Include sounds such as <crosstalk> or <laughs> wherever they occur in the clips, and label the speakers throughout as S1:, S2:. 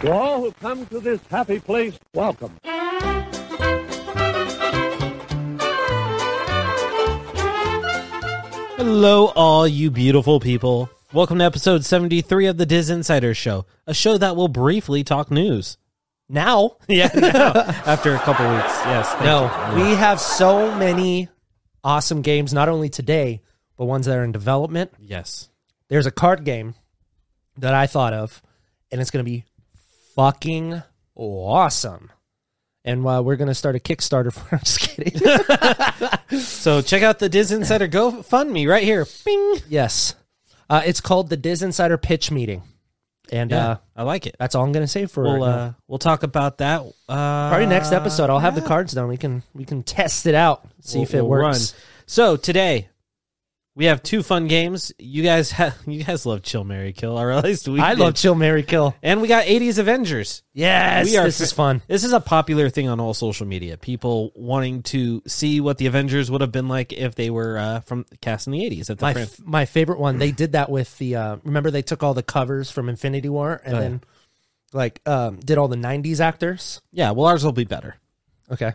S1: To all who come to this happy place, welcome.
S2: Hello, all you beautiful people. Welcome to episode 73 of the Diz Insider Show, a show that will briefly talk
S3: <laughs>
S2: news. Now? Yeah, <laughs> after a couple weeks. Yes. thank
S3: No,
S2: you.
S3: we have so many awesome games, not only today, but ones that are in development.
S2: Yes.
S3: There's a card game that I thought of, and it's going to be fucking awesome. And uh, we're going to start a Kickstarter <laughs> for I'm just
S2: <laughs>
S3: kidding.
S2: So check out the Diz Insider GoFundMe right here. Bing.
S3: yes. Uh, it's called the Diz Insider Pitch Meeting. And uh,
S2: I like it.
S3: that's all I'm going to say for
S2: We'll
S3: right now.
S2: uh, we'll talk about that. Uh,
S3: Probably next episode, I'll have the cards done. We can we can test it out, see
S2: We'll-
S3: if it
S2: we'll
S3: works.
S2: run. So today we have two fun games. You guys <laughs> have you guys love Chill Mary Kill, or at least we
S3: I
S2: did.
S3: love Chill Mary Kill.
S2: and we got 80s Avengers.
S3: Yes,
S2: <laughs> We are
S3: this
S2: fa-
S3: is fun.
S2: This is a popular thing on all social media. People wanting to see what the Avengers would have been like if they were uh, from cast in the eighties. At the
S3: my
S2: fran-
S3: f- my favorite one. They did that with the uh, remember they took all the covers from Infinity War and
S2: Oh, yeah.
S3: then like um, did all the '90s actors.
S2: yeah, well, ours will be better.
S3: Okay,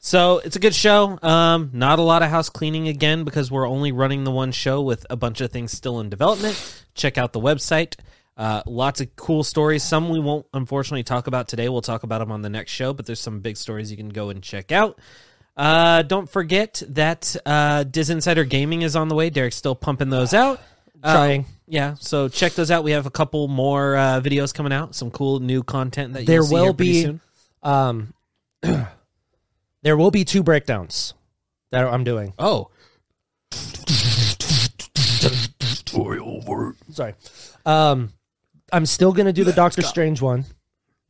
S2: So it's a good show. Um, not a lot of house cleaning again because we're only running the one show with a bunch of things still in development. Check out the website. Uh, lots of cool stories. Some we won't unfortunately talk about today. We'll talk about them on the next show. But there's some big stories you can go and check out. Uh, don't forget that uh, Diz Insider Gaming is on the way. Derek's still pumping those out. Uh,
S3: <laughs> trying.
S2: yeah, so check those out. We have a couple more uh, videos coming out. Some cool new content that
S3: There
S2: you'll see
S3: will
S2: here pretty
S3: be-
S2: soon.
S3: Um, there will be two breakdowns that I'm doing.
S2: Oh,
S3: Sorry, um, I'm still
S2: <laughs>
S3: gonna do the Doctor Strange one.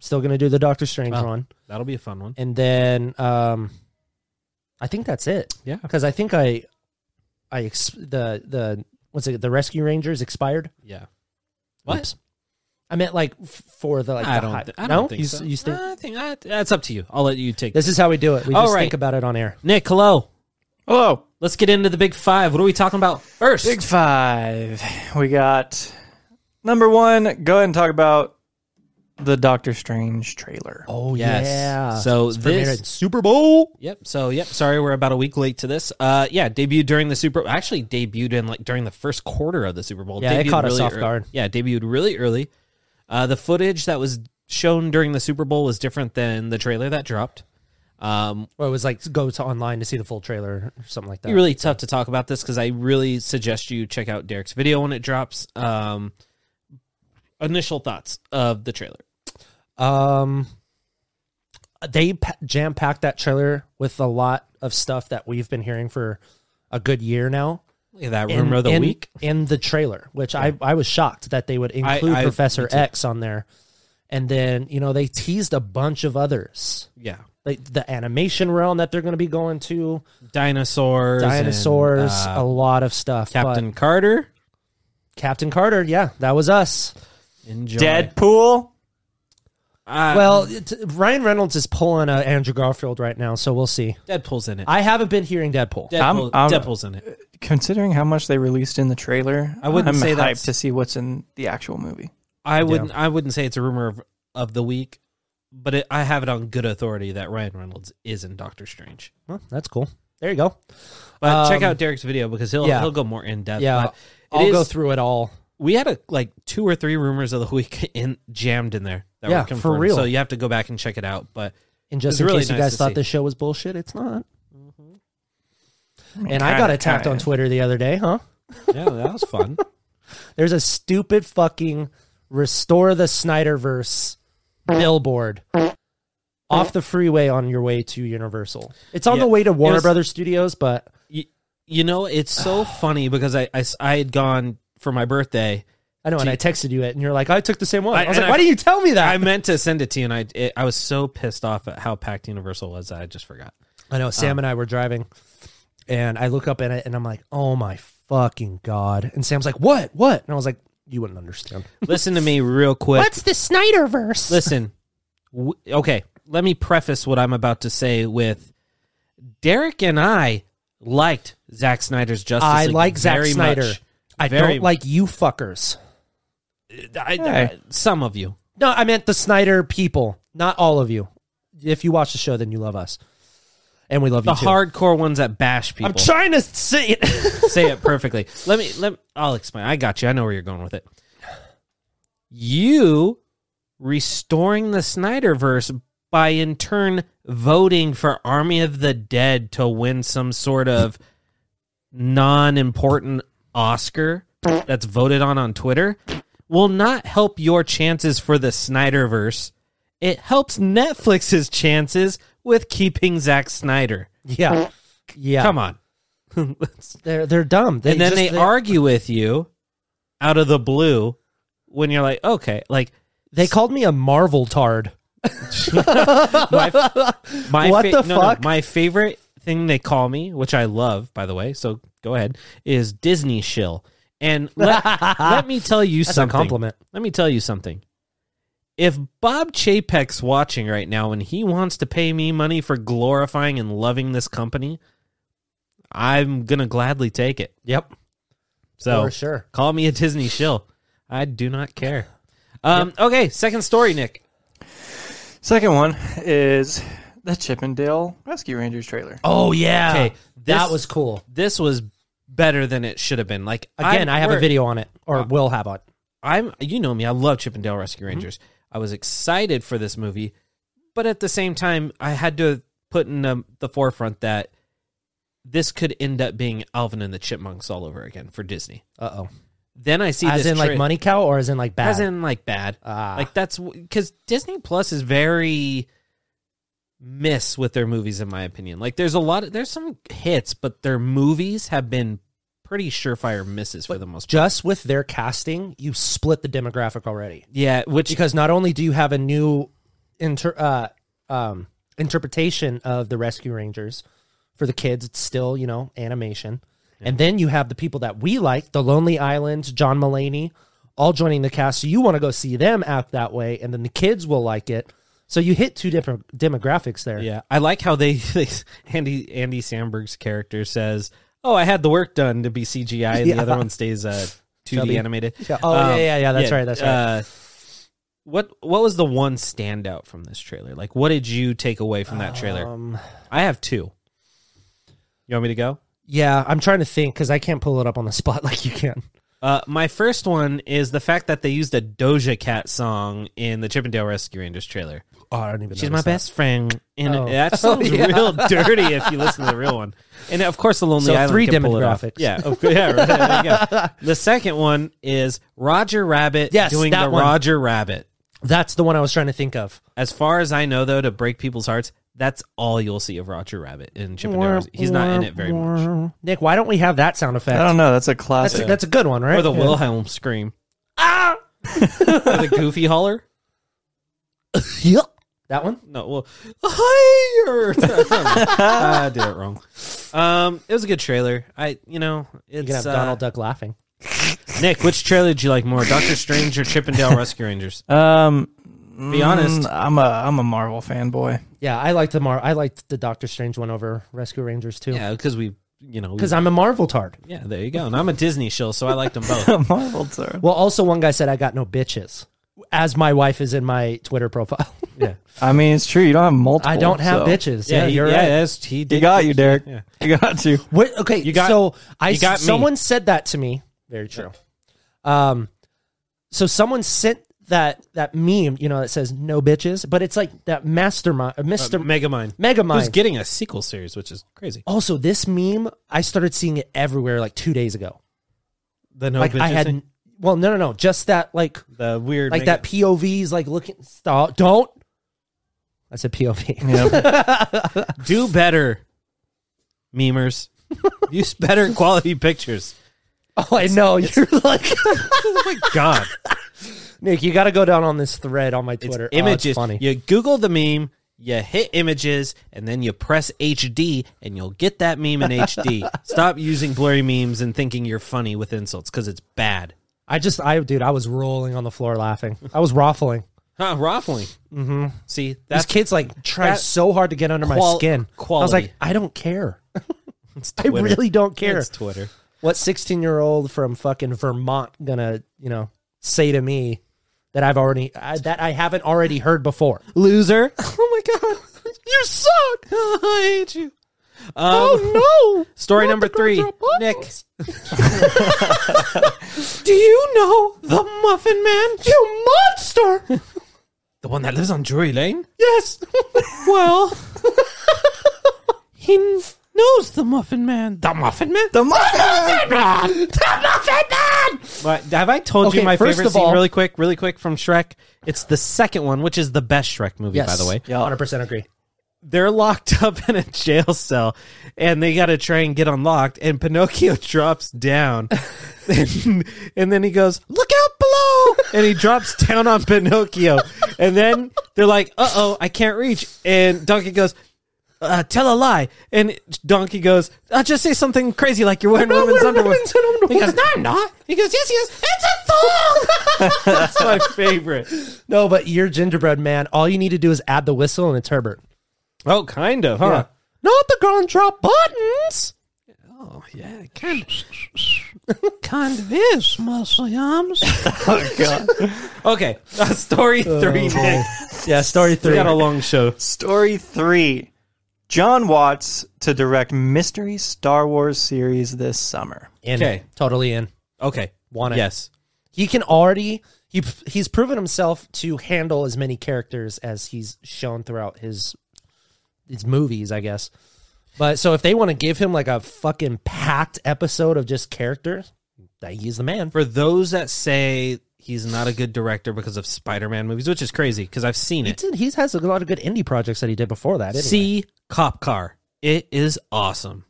S3: Still gonna do the Doctor Strange
S2: Wow.
S3: one,
S2: that'll be a fun one.
S3: and then um, I think that's it.
S2: Yeah.
S3: because I think I, I ex- the the what's it the Rescue Rangers expired.
S2: Yeah.
S3: What? I meant like f- for the like.
S2: I
S3: the
S2: don't.
S3: hot-
S2: Th- I
S3: no?
S2: don't think
S3: you,
S2: so.
S3: you think-
S2: I think I, that's up to you. I'll let you take
S3: this is how we do it. We
S2: All
S3: just
S2: right.
S3: think about it on air.
S2: Nick. Hello.
S4: Hello.
S2: Let's get into the big five. What are we talking about first?
S4: Big five. We got number one. Go ahead and talk about the Doctor Strange trailer.
S3: Oh
S2: Yes.
S3: yeah.
S2: So
S3: It's premiered
S2: this-
S3: in Super Bowl.
S2: Yep. So yep. Sorry, we're about a week late to this. Uh, yeah, debuted during the Super. Actually, debuted in like during the first quarter of the Super Bowl.
S3: Yeah, it
S2: Debuted
S3: caught us
S2: really
S3: off
S2: ear-
S3: guard.
S2: Yeah, debuted really early. Uh, the footage that was shown during the Super Bowl was different than the trailer that dropped. Um,
S3: Well, it was like go to online to see the full trailer or something like that.
S2: be really tough to talk about this because I really suggest you check out Derek's video when it drops. Um, initial thoughts of the trailer.
S3: Um, they pa- jam packed that trailer with a lot of stuff that we've been hearing for a good year now.
S2: Look at that rumor of the
S3: in,
S2: week.
S3: in the trailer, which I, I was shocked that they would include
S2: I-
S3: Professor
S2: me too.
S3: X on there. And then, you know, they teased a bunch of others.
S2: Yeah,
S3: Like the animation realm that they're going to be going to,
S2: dinosaurs, and,
S3: dinosaurs,
S2: uh,
S3: a lot of stuff. but
S2: Captain Carter,
S3: Captain Carter, yeah, that was us.
S2: enjoy.
S4: Deadpool.
S2: Uh,
S3: Well, it, Ryan Reynolds is pulling uh, Andrew Garfield right now, so we'll see.
S2: Deadpool's in it.
S3: I haven't been hearing Deadpool.
S2: Deadpool,
S4: I'm- I'm-
S2: Deadpool's in it.
S4: Considering how much they released in the trailer,
S2: I wouldn't
S4: I'm
S2: say
S4: hyped
S2: that's-
S4: to see what's in the actual movie.
S2: I wouldn't. I wouldn't say it's a rumor of, of the week, but it, I have it on good authority that Ryan Reynolds is in Doctor Strange.
S3: Well, that's cool. There you go.
S2: But check
S3: Um,
S2: out Derek's video because he'll
S3: yeah.
S2: he'll go more in depth.
S3: Yeah,
S2: but it
S3: I'll go
S2: is-
S3: through it all.
S2: We had a, like two or three rumors of the week <laughs> in jammed in there. That
S3: Yeah,
S2: were
S3: for
S2: confirmed.
S3: real.
S2: So you have to go back and check it out.
S3: <laughs>
S2: But
S3: And
S2: It's
S3: just in
S2: really
S3: case you
S2: nice
S3: guys
S2: to
S3: thought
S2: see.
S3: this show was bullshit, it's not.
S4: mean,
S3: And I
S4: kinda-
S3: got attacked
S4: kinda
S3: on
S4: is.
S3: Twitter the other day, huh?
S2: yeah, that was fun.
S3: There's a stupid fucking restore the Snyderverse billboard off the freeway on your way to Universal. It's on
S2: Yeah.
S3: the way to Warner
S2: was-
S3: Brothers Studios, but
S2: you, you know, it's
S3: <sighs>
S2: so funny because I, I s- I had gone for my birthday.
S3: I know, and
S2: Do-
S3: I texted you it, and you're like, I took the same one.
S2: I-
S3: I, was
S2: and
S3: like,
S2: I-
S3: why do you tell me that?
S2: I meant to send it to you, and I it, I was so pissed off at how packed Universal was that I just
S3: <laughs>
S2: forgot.
S3: I know Sam and I were driving, and I look up at it, and I'm like, oh my fucking god! And Sam's like, what? What? And I was like, you wouldn't understand.
S2: Listen to me real quick.
S3: the Snyderverse?
S2: Listen, w- okay, let me preface what I'm about to say with Derek and I liked Zack Snyder's Justice.
S3: I
S2: League
S3: like Zack
S2: very
S3: Snyder.
S2: much.
S3: I
S2: Very-
S3: don't like you fuckers.
S2: I- I-
S4: Hey.
S2: some of you.
S3: No, I meant the Snyder people, not all of you. If you watch the show, then you love us, and we love
S2: The
S3: you too.
S2: hardcore ones that bash people.
S3: I'm trying to say it. <laughs>
S2: say it perfectly. Let me let I'll explain. I got you. I know where you're going with it. You restoring the Snyderverse by in turn voting for Army of the Dead to win some sort of non-important Oscar that's voted on on Twitter will not help your chances for the Snyderverse. It helps Netflix's chances with keeping Zack Snyder.
S3: yeah, yeah.
S2: Come on.
S3: they're they're dumb. They
S2: and then
S3: just-
S2: they, argue with you out of the blue when you're like, okay, like
S3: They called me a Marvel tard. <laughs>
S2: <laughs> my
S3: What the
S2: no,
S3: fuck?
S2: No, my favorite thing they call me, which I love, by the way. So go ahead, is Disney shill.
S3: <laughs>
S2: And let, let me tell you
S3: That's
S2: something.
S3: a compliment.
S2: Let me tell you something. If Bob Chapek's watching right now and he wants to pay me money for glorifying and loving this company, I'm gonna gladly take it.
S3: Yep,
S2: So
S3: for sure.
S2: Call me a Disney shill. I do not care. Um, Okay, second story, Nick.
S4: Second one is the Chippendale Rescue Rangers trailer.
S3: Oh yeah,
S2: Okay,
S3: that
S2: this-
S3: was cool.
S2: This was better than it should have been. Like
S3: Again,
S2: I'm
S3: i have a
S2: worried-
S3: video on it, or will have on.
S2: I'm you know me. I love Chippendale Rescue
S3: Mm-hmm.
S2: Rangers. I was excited for this movie, but at the same time, I had to put in um, the forefront that this could end up being Alvin and the Chipmunks all over again for Disney.
S3: Uh oh.
S2: Then I see
S3: As
S2: this
S3: in like
S2: tra-
S3: money cow, or as in like bad.
S2: as in like bad.
S3: Ah.
S2: Like that's because Disney Plus is very miss with their movies, in my opinion. Like there's a lot of there's some hits, but their movies have been pretty surefire misses for the most. part.
S3: just with their casting, you split the demographic already.
S2: Yeah, which
S3: Because not only do you have a new inter, uh, um, interpretation of the Rescue Rangers for the kids, it's still, you know, animation. And then you have the people that we like, the Lonely Island, John Mullaney, all joining the cast. So you want to go see them act that way. And then the kids will like it. So you hit two different demographics there.
S2: yeah, I like how they, <laughs> they Andy Andy Sandberg's character says, "Oh, I had the work done to be CGI," and the
S3: Yeah.
S2: other one stays
S3: <laughs>
S2: uh, 2D
S3: Chubby.
S2: animated. Um,
S3: Yeah. Oh, yeah, yeah, yeah, that's right, that's right.
S2: Uh, what what was the one standout from this trailer? Like, what did you take away from that trailer?
S3: Um,
S2: I have two. You want me to go?
S3: yeah. I'm trying to think because I can't pull it up on the <laughs> spot like you can.
S2: Uh, my first one is the fact that they used a Doja Cat song in the Chippendale Rescue Rangers trailer.
S3: Oh, I don't even
S2: She's my
S3: notice that.
S2: best friend, and
S3: Oh. <laughs>
S2: that sounds real dirty if you listen to the real one. And of course, the Lonely
S3: So
S2: Island
S3: three
S2: can pull it off.
S3: demographics.
S2: Yeah, of course, yeah. Right, there you
S3: <laughs>
S2: go. The second one is Roger Rabbit
S3: Yes,
S2: doing
S3: that
S2: the
S3: one.
S2: Roger Rabbit.
S3: That's the one I was trying to think of.
S2: As far as I know, though, to break people's hearts, that's all you'll see of Roger Rabbit in Chippendale. Rescue. He's not in it very much.
S3: Nick, why don't we have that sound effect?
S4: I don't know. That's a
S3: that's,
S4: classic.
S3: a, that's a good one, right?
S2: Or the
S3: Yeah.
S2: Wilhelm scream. Ah! or the goofy holler.
S3: Yep. That one?
S2: No, well, higher. <laughs> I did it wrong. Um, it was a good trailer. I, you know,
S3: You can
S2: it's
S3: have
S2: uh,
S3: Donald Duck laughing.
S2: Nick. Which trailer did you like more, Doctor Strange or Chippendale Rescue Rangers?
S4: um,
S2: Be honest.
S4: mm, I'm a I'm a Marvel <laughs> fanboy.
S3: Yeah, I liked the Mar I liked the Doctor Strange one over Rescue Rangers too.
S2: Yeah, because we, you know, we-
S3: Because I'm a Marvel tard.
S2: yeah, there you go. And I'm a Disney shill, so I liked them <laughs> both.
S4: Marvel, sir.
S3: Well, also one guy said I got no bitches. As my wife is in my Twitter profile. <laughs> Yeah.
S4: I mean, it's true. You don't have multiple.
S3: I don't have
S4: so-
S3: bitches. Yeah,
S2: he-
S3: you're
S2: yeah,
S3: right.
S2: that's- he did.
S4: You got you, Derek.
S2: Yeah.
S4: You got <laughs> you.
S3: What, okay,
S2: You got-
S3: so I
S2: you got me.
S3: someone said that to me. Very true. Um, so someone sent that that meme, you know, that says no bitches, but it's like that mastermind, uh, Mister
S2: Megamind.
S3: Megamind.
S2: Who's getting a sequel series, which is crazy.
S3: also, this meme I started seeing it everywhere like two days ago.
S2: The no
S3: like I
S2: bitches
S3: had,
S2: thing?
S3: well, no, no, no, just that like
S2: the weird
S3: like
S2: mega-
S3: that POVs like looking. Stop! Don't. I said POV.
S4: Yep.
S2: Do better,
S3: <laughs>
S2: memers. Use better quality pictures.
S3: <laughs> Oh, I know. You're like <laughs>
S2: Oh my god.
S3: Nick. You got to go down on this thread on my
S2: It's
S3: Twitter. Oh,
S2: images.
S3: funny.
S2: You Google the meme, you hit images, and then you press HD, and you'll get that meme in
S3: <laughs>
S2: HD. Stop using blurry memes and thinking you're funny with insults because it's bad.
S3: I just, I, dude, I was rolling on the floor laughing. I was raffling.
S2: Huh, Raffling. Mm-hmm. See,
S3: These
S2: that's
S3: kids like try
S2: that-
S3: so hard to get under my
S2: Qual-
S3: skin. I was
S2: quality.
S3: like, I don't care.
S2: it's
S3: I
S2: Twitter.
S3: really don't care.
S2: It's Twitter.
S3: What 16 year old from fucking Vermont gonna, you know, say to me that I've already I, that I haven't already heard before. <laughs>
S2: Loser. Oh my god. You suck. <laughs> I hate you. Um,
S3: Oh, no!
S2: <laughs> Story
S3: Not
S2: number
S3: the girls
S2: three,
S3: are buttons.
S2: Nick.
S3: <laughs>
S2: Do you know the Muffin Man? You monster! <laughs> the one that lives on Drury Lane? Yes.
S3: <laughs>
S2: well, he knows the Muffin Man. The Muffin Man. The Muffin Man. The Muffin Man. have I told you
S3: Okay,
S2: my
S3: first
S2: favorite
S3: of
S2: scene?
S3: all-
S2: Really quick, really quick from Shrek. It's the second one, which is the best Shrek movie, by
S3: Yes.
S2: the way
S4: Yeah.
S3: 100% agree.
S2: they're locked <laughs> up in a jail cell and they got to try and get unlocked and pinocchio <laughs> drops down <laughs> and, and then he goes look out below and he drops down on pinocchio and then they're like uh-oh i can't reach and donkey goes uh, tell a lie and donkey goes uh, just say something crazy like you're wearing women's
S3: wearing
S2: underwear
S3: women's underwear.
S2: he goes no i'm not he goes yes yes <laughs> it's a thong that's my favorite
S3: <laughs> No, but you're gingerbread man. All you need to do is add the whistle and it's Herbert.
S2: oh kind of huh
S3: Not the grand drop buttons.
S2: Oh yeah, <laughs> kind of, kind of is muscle arms.
S4: Oh, God.
S2: Okay, <laughs> uh, story three. <laughs> Nick.
S3: Yeah, story
S2: We
S3: three.
S2: got a long show.
S4: Story three John Watts to direct Mystery Star Wars series this summer.
S3: in.
S2: Okay.
S3: Totally in.
S2: Okay,
S3: Want it.
S2: yes,
S3: He can already he he's proven himself to handle as many characters as he's shown throughout his his movies, I guess. But so if they want to give him like a fucking packed episode of just characters, that he's the man.
S2: for those that say he's not a good director because of Spider-Man movies, which is crazy because I've seen
S3: He
S2: it.
S3: did, he has a lot of good indie projects that he did before that. didn't he?
S2: See Cop Car. It is awesome.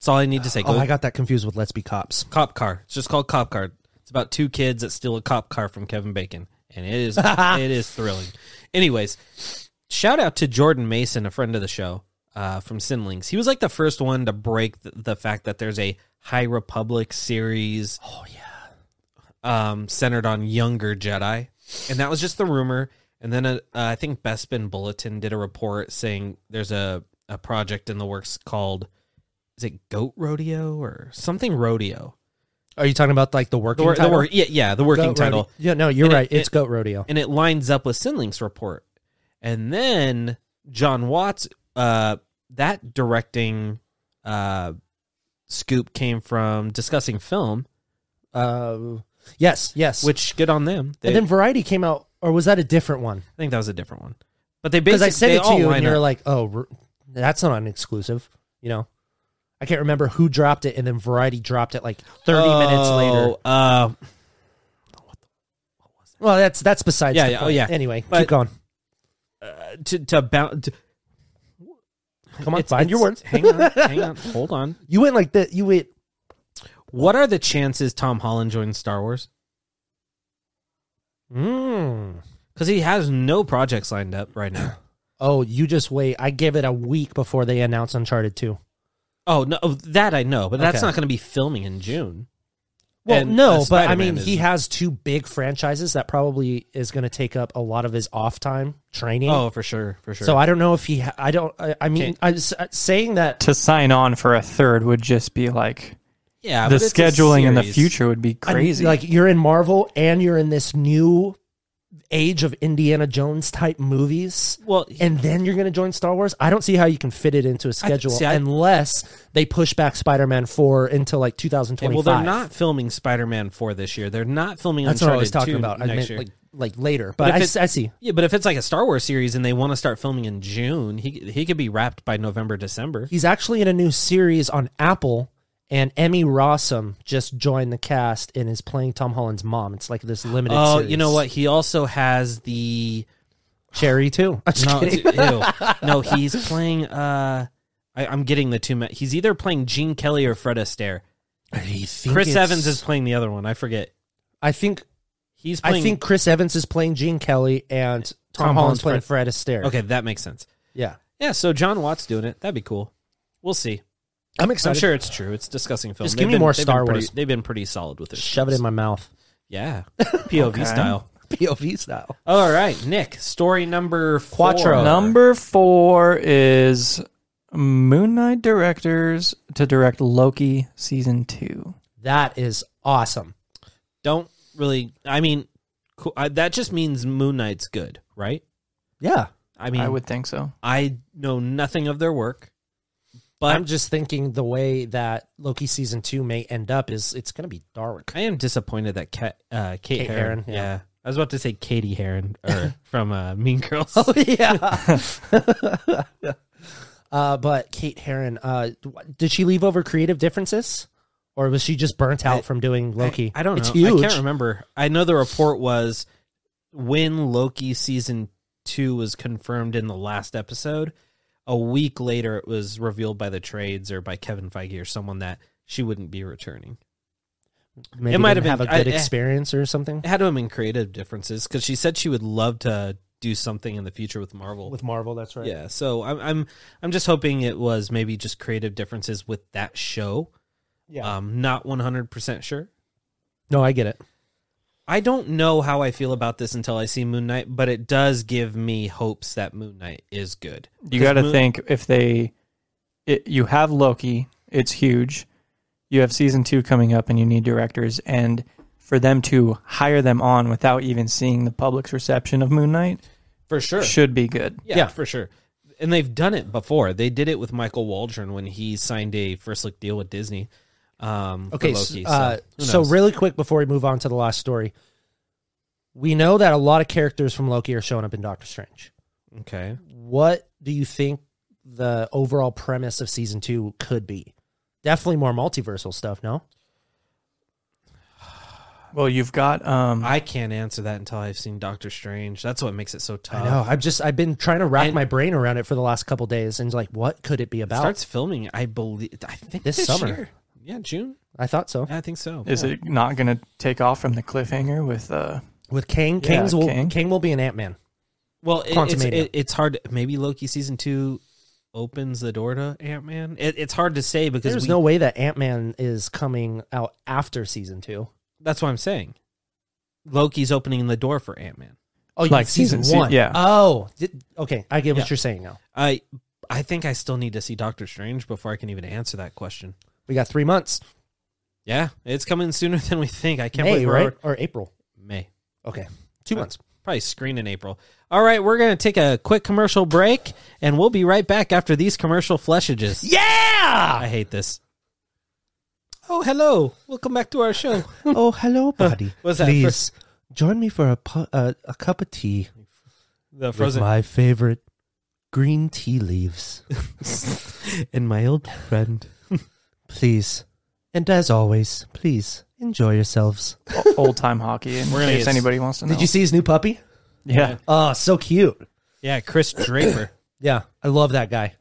S2: That's all I need to say. Go
S3: oh, I got that confused with Let's Be Cops.
S2: Cop Car. It's just called Cop Car. It's about two kids that steal a cop car from Kevin Bacon, and it <laughs> is it is thrilling. Anyways, shout out to Jordan Mason, a friend of the show uh, from Sinlings. He was like the first one to break the, the fact that there's a High Republic series. Oh yeah, um, centered on younger Jedi, and that was just the rumor. And then uh, uh, I think Bespin Bulletin did a report saying there's a a project in the works called is it Goat Rodeo or something Rodeo?
S3: Are you talking about like the working
S2: The, wor- the
S3: title?
S2: wor- yeah, yeah, the working
S3: Goat
S2: title,
S3: Rodeo. Yeah, no, you're
S2: And it-
S3: right. it's
S2: it-
S3: Goat Rodeo.
S2: and it lines up with Sinlink's report. And then John Watts, uh, that directing uh, scoop came from discussing film,
S3: Uh, yes, yes.
S2: which good on them. They,
S3: and then Variety came out, or was that a different one?
S2: I think that was a different one, but they
S3: Because
S2: basically
S3: I said
S2: they
S3: it to
S2: all
S3: you,
S2: line
S3: and you're
S2: up.
S3: like, "Oh, r- that's not an exclusive." You know, I can't remember who dropped it, and then Variety dropped it like 30 minutes
S2: Oh,
S3: later.
S2: Uh,
S3: Well, that's that's besides.
S2: Yeah,
S3: the
S2: yeah, oh,
S3: point.
S2: yeah.
S3: Anyway,
S2: But-
S3: keep going.
S2: to to bound.
S3: Come on, find your words.
S2: hang on, hang on, hold on.
S3: You went like that. You went.
S2: What are the chances Tom Holland joins Star Wars?
S3: Mm.
S2: Because he has no projects lined up right now.
S3: Oh, you just wait. I give it a week before they announce Uncharted Two.
S2: Oh no, oh, that I know, but that's
S3: Okay.
S2: not going to be filming in June.
S3: Well,
S2: And, uh,
S3: no, but I
S2: Spider-Man
S3: mean, he
S2: is-
S3: has two big franchises that probably is going to take up a lot of his off time training.
S2: Oh, for sure, for sure.
S3: So I don't know if he. Ha- I don't. I, I mean,
S2: Can't-
S3: I, s- uh, saying that.
S4: To sign on for a third would just be like
S2: yeah,
S4: the
S2: but it's a
S4: scheduling in the
S2: series.
S4: future would be
S3: I-
S4: crazy.
S3: like you're in Marvel and you're in this new age of Indiana Jones type movies.
S2: Well, he-
S3: And then you're going to join Star Wars. I don't see how you can fit it into a schedule
S2: see, I-
S3: unless they push back Spider-Man Four until like
S2: okay,
S3: 2025.
S2: well, they're not filming Spider-Man four this year. They're not filming.
S3: That's what I
S2: Uncharted
S3: was talking
S2: 2
S3: about. I
S2: Next
S3: meant
S2: year.
S3: like like later,
S2: But
S3: but,
S2: if
S3: I,
S2: it's-
S3: s- I see.
S2: yeah, but if it's like a Star Wars series and they want to start filming in June, he he could be wrapped by November, December.
S3: He's actually in a new series on Apple, and Emmy Rossum just joined the cast and is playing Tom Holland's mom. It's like this limited.
S2: Oh,
S3: series.
S2: you know what? He also has the
S3: Cherry too. I'm <laughs> just
S2: no,
S3: kidding.
S2: ew. no. He's playing. uh I, I'm getting the two. ma- He's either playing Gene Kelly or Fred Astaire. Chris Evans is playing the other one. I forget.
S3: I think.
S2: He's playing.
S3: I think Chris Evans is playing Gene Kelly, and Tom,
S2: Tom
S3: Holland's
S2: Holland's
S3: playing Fred Astaire.
S2: Okay, that makes sense.
S3: Yeah,
S2: Yeah, so John Watts doing it. That'd be cool. We'll see.
S3: I'm
S2: I'm
S3: excited.
S2: sure it's true. It's discussing film.
S3: Just give me more
S2: they've
S3: Star
S2: been pretty-
S3: Wars.
S2: They've been pretty solid with it.
S3: Shove it in my <laughs> mouth.
S2: <laughs> Yeah. POV style.
S3: POV style.
S2: All right, Nick. Story number four.
S3: Quattro.
S4: Number four is Moon Knight directors to direct Loki season two.
S3: That is awesome.
S2: Don't really. I mean, Cool. I, that just means Moon Knight's good, right?
S3: Yeah.
S2: I mean,
S4: I would think so.
S2: I know nothing of their work, but
S3: I'm just thinking the way that Loki season two may end up is it's going to be dark. <laughs>
S2: I am disappointed that Kat, uh, Kate,
S3: Kate
S2: Heron.
S3: Herron, yeah.
S2: yeah. I was about to say Katie Heron
S3: <laughs>
S2: or from uh, Mean Girls.
S3: Oh, yeah. uh, but Kate Heron, uh, did she leave over creative differences, or was she just burnt out
S2: I-
S3: from doing Loki?
S2: I don't know.
S3: It's huge.
S2: I can't remember. I know the report was when Loki season two was confirmed in the last episode. A week later, it was revealed by the trades or by Kevin Feige or someone that she wouldn't be returning.
S3: Maybe
S2: It might
S3: didn't
S2: have
S3: have
S2: been-
S3: a good
S2: I- eh.
S3: experience or something
S2: It had to have been creative differences because she said she would love to do something in the future with Marvel.
S3: with Marvel. That's right.
S2: Yeah, so I'm I'm I'm just hoping it was maybe just creative differences with that show.
S3: Yeah.
S2: Um, not 100 percent sure.
S3: No, I get it.
S2: I don't know how I feel about this until I see Moon Knight, but it does give me hopes that Moon Knight is good.
S4: You got to
S2: Moon-
S4: think if they, it, you have Loki, it's huge. You have season two coming up, and you need directors, and for them to hire them on without even seeing the public's reception of Moon Knight
S2: For sure.
S4: should be good.
S2: Yeah,
S3: Yeah.
S2: for sure. And they've done it before. They did it with Michael Waldron when he signed a first look deal with Disney. Um, for
S3: Okay. s-
S2: Loki,
S3: uh,
S2: who
S3: so
S2: knows?
S3: really quick before we move on to the last story, we know that a lot of characters from Loki are showing up in Doctor Strange.
S2: okay.
S3: what do you think the overall premise of season two could be? Definitely more multiversal stuff, no?
S4: Well, you've got um,
S2: I can't answer that until I've seen Doctor Strange. That's what makes it so tough.
S3: I know. I've just I've been trying to wrap
S2: And-
S3: my brain around it for the last couple days, and like, what could it be about?
S2: starts filming. I believe. I think
S3: This
S2: this,
S3: summer.
S2: year. Yeah, June.
S3: I thought so.
S2: I think so.
S4: is it not going to take off from the cliffhanger with uh,
S3: With Kang, Kang's will
S4: Kang.
S3: Kang will be an Ant Man.
S2: Well, it, it's,
S3: Quantumania.
S2: it, it's hard. Maybe Loki season two opens the door to Ant Man. It, it's hard to say because
S3: There's
S2: we-
S3: no way that Ant Man is coming out after season two.
S2: That's what I'm saying. Loki's opening the door for Ant Man.
S3: Oh, you
S4: Like
S3: mean season,
S4: season- se-
S3: one?
S4: <laughs> yeah.
S3: Oh, did- okay. I get what
S2: Yeah.
S3: you're saying now.
S2: I I think I still need to see Doctor Strange before I can even answer that question.
S3: We got three months.
S2: Yeah, it's coming sooner than we think. I can't
S3: May
S2: believe we're
S3: right
S2: already-
S3: or April?
S2: May.
S3: Okay, two months.
S2: Probably screen in April. All right, we're going to take a quick commercial break and we'll be right back after these commercial fleshages.
S3: Yeah.
S2: I hate this. Oh, hello. Welcome back to our show.
S3: <laughs> Oh, hello, buddy.
S2: <laughs> What's that?
S3: Please join me for a pu- uh, a cup of tea
S2: The
S3: with my favorite green tea leaves
S2: <laughs> and my old
S3: friend. please, and as always, please enjoy yourselves.
S4: old time hockey? In
S2: We're gonna
S4: case
S2: get-
S4: anybody wants to know.
S3: Did you see his new puppy?
S4: Yeah.
S3: Oh, so cute.
S2: Yeah, Chris Draper.
S3: Yeah, I love
S2: <laughs>
S3: that guy.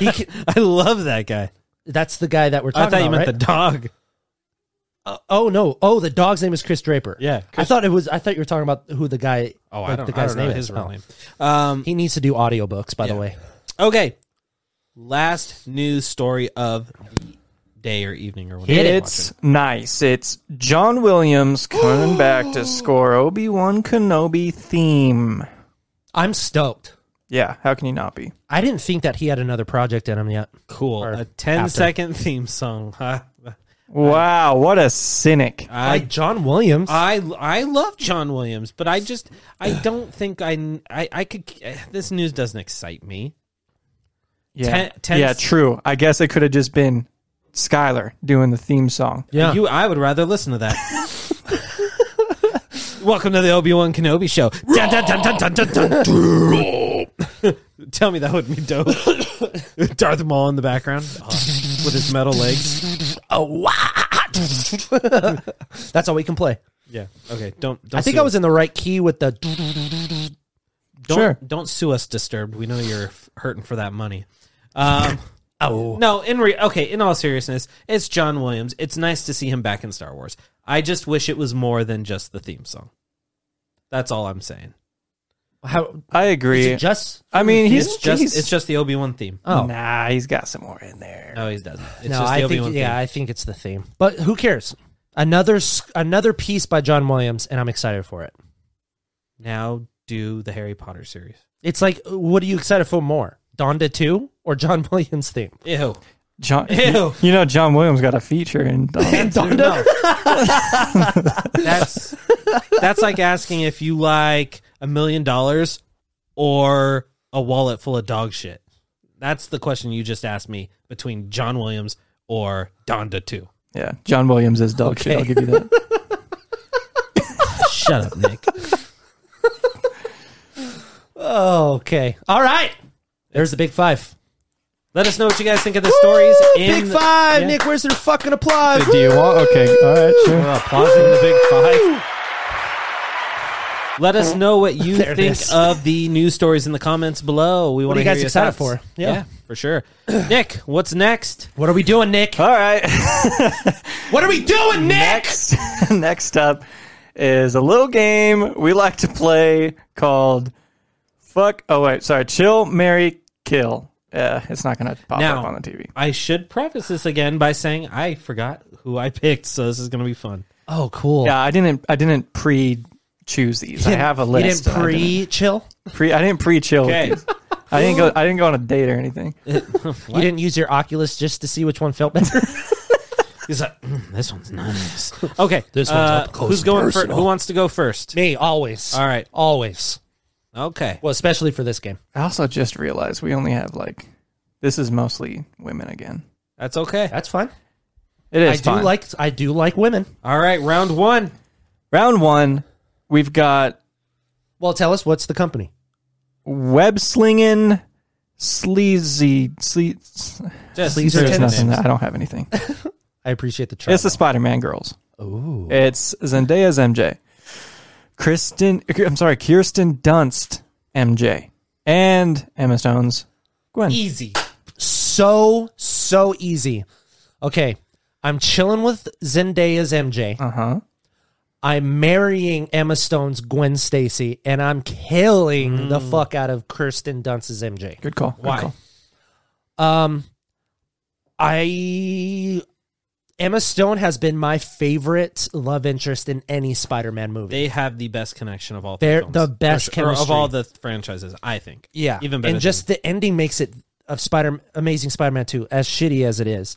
S3: He can,
S2: I love that guy.
S3: that's the guy that we're
S2: <coughs>
S3: talking
S2: I thought you
S3: about,
S2: meant
S3: right?
S2: the dog.
S3: Uh, oh no! Oh, the dog's name is Chris Draper.
S2: Yeah,
S3: I
S2: Chris- Oh,
S3: thought it was. I thought you were talking about who the guy. like, the guy's name is. Oh.
S2: Um,
S3: He needs to do audiobooks, by the
S2: Yeah.
S3: way.
S2: okay. Last news story of the day or evening or whatever.
S3: Hit it.
S4: It's nice. It's John Williams coming back to
S3: <gasps>
S4: score Obi Wan Kenobi theme.
S3: I'm stoked.
S4: Yeah, how can you not be?
S3: I didn't think that he had another project in him yet.
S2: Cool.
S3: Or
S2: A 10 second
S3: after.
S2: theme song. Huh?
S4: Wow, what a cynic.
S2: I,
S3: like John Williams.
S2: I I love John Williams, but I just I don't think I I, I could eh, this news doesn't excite me.
S4: Yeah,
S2: Ten- ten-
S4: yeah true. I guess it could have just been Skylar doing the theme song.
S3: yeah.
S2: You, I would rather listen to that. <laughs> Welcome to the Obi Wan Kenobi show. Dun, dun, dun, dun, dun, dun, dun. Tell me that would be dope. <laughs> Darth Maul in the background uh, with his metal legs.
S3: oh,
S2: Uh,
S3: wow. <laughs> That's all we can play.
S2: Yeah. Okay. Don't. don't
S3: I think
S2: sue
S3: I was
S2: us.
S3: in the right key with the.
S2: Don't,
S4: Sure.
S2: Don't sue us, Disturbed. We know you're f- hurting for that money. Um,
S3: Oh,
S2: no. In re- okay. In all seriousness, it's John Williams. It's nice to see him back in Star Wars. I just wish it was more than just the theme song. That's all I'm saying.
S3: how
S4: I
S3: is
S4: agree.
S3: it just?
S4: I mean, he's
S2: It's just.
S4: he's-
S2: It's just the Obi Wan theme.
S3: Oh
S4: Nah, he's got some more in there.
S2: No, he doesn't. It's
S3: no,
S2: just the
S3: I
S2: Obi Wan
S3: think
S2: thing.
S3: yeah, I think it's the theme. But who cares? Another s- another piece by John Williams, and I'm excited for it.
S2: Now do the Harry Potter series.
S3: It's like, what are you excited for more, Donda Two or John <laughs> Williams' theme?
S2: Ew.
S4: John,
S2: Ew.
S4: you know John Williams got a feature
S2: <laughs>
S4: in um, Dom.
S2: No. that's that's like asking if you like a million dollars or a wallet full of dog shit. That's the question you just asked me between John Williams or Donda 2.
S4: yeah, John Williams is dog shit. I'll give you that.
S2: Shut up, Nick.
S3: Okay. All right. There's the big five.
S2: Let us know what you guys think of the stories
S3: Woo!
S2: in
S3: big five.
S2: Yeah.
S3: Nick, where's their fucking applause?
S5: Do you want? Okay, all right, sure.
S2: We're <laughs> applauding the big five. Let us know what you
S3: There it
S2: think
S3: is.
S2: of the news stories in the comments below. We want to
S3: are you
S2: hear
S3: guys
S2: your
S3: excited
S2: thoughts.
S3: for? Yeah.
S2: Yeah. for sure. <clears throat> Nick, what's next?
S3: What are we doing, Nick?
S4: All right.
S3: What are we doing, Nick?
S4: Next, <laughs> next up is a little game we like to play called Fuck. Oh wait, sorry. Chill, Mary, Kill. Uh, it's not gonna pop
S2: Now-
S4: up on the TV.
S2: I should preface this again by saying I forgot who I picked, so this is going to be fun.
S3: Oh, cool.
S4: Yeah, I didn't. I didn't pre choose these. I have a
S3: You
S4: list.
S3: didn't
S4: and I didn't
S3: pre chill.
S4: pre. I didn't pre chill.
S2: Okay.
S3: <laughs>
S4: I didn't go. I didn't go on a date or anything.
S3: You didn't use your Oculus just to see which one felt better.
S2: He's like, "Mm, this one's nice. Okay,
S3: This one's
S2: uh,
S3: up close
S2: Who's
S3: and
S2: going first?
S3: personal.
S2: Who wants to go first?
S3: Me, always.
S2: All right.
S3: always.
S2: Okay.
S3: Well, especially for this game.
S4: I also just realized we only have like. This is mostly women again.
S2: That's okay.
S3: That's fine.
S4: It
S3: I
S4: is
S3: do
S4: fine.
S3: like. I do like women.
S2: All right, round 1.
S4: round one. We've got
S3: Well, tell us what's the company.
S4: web slinging, sleazy. Sle-
S2: Just
S3: Please
S4: There's
S3: Ten
S4: nothing. I don't have anything.
S3: I appreciate the try.
S4: It's the Spider-Man girls.
S3: Ooh.
S4: It's Zendaya's MJ, Kristen. I'm sorry, Kirsten Dunst MJ, and Emma Stone's Gwen.
S2: easy.
S3: so so easy. Okay, I'm chilling with Zendaya's MJ.
S4: Uh huh.
S3: I'm marrying Emma Stone's Gwen Stacy, and I'm killing the fuck out of Kirsten Dunst's MJ.
S4: Good call. Good
S2: Why?
S4: call.
S3: Um, I Emma Stone has been my favorite love interest in any Spider-Man movie.
S2: They have the best connection of all.
S3: They're
S2: films.
S3: the best
S2: Or- or of
S3: chemistry.
S2: all the franchises, I think.
S3: yeah,
S2: even better.
S3: And just the ending makes it of Spider Amazing Spider-Man Two as shitty as it is.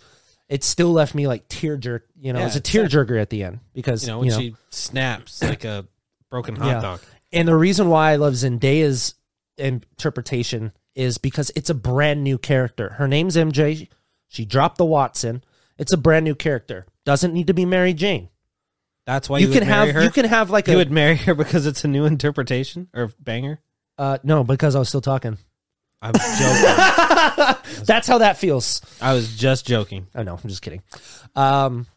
S3: It still left me like tear jerk. You know,
S2: Yeah,
S3: it's a tear
S2: exactly.
S3: jerker at the end because
S2: than, you know when she snaps like a broken hot
S3: Yeah.
S2: dog.
S3: And the reason why I love Zendaya's interpretation is because it's a brand new character. Her name's MJ. She dropped the Watson. It's a brand new character. Doesn't need to be Mary Jane.
S2: That's why Oh, you,
S3: you,
S2: would
S3: can have
S2: marry her.
S3: you can have like
S2: You
S3: a
S2: would marry her <laughs> because it's a new interpretation or banger.
S3: uh, no because I was still talking.
S2: I'm joking.
S3: That's how that feels.
S2: I was just joking.
S3: Oh no, I'm just kidding. Um,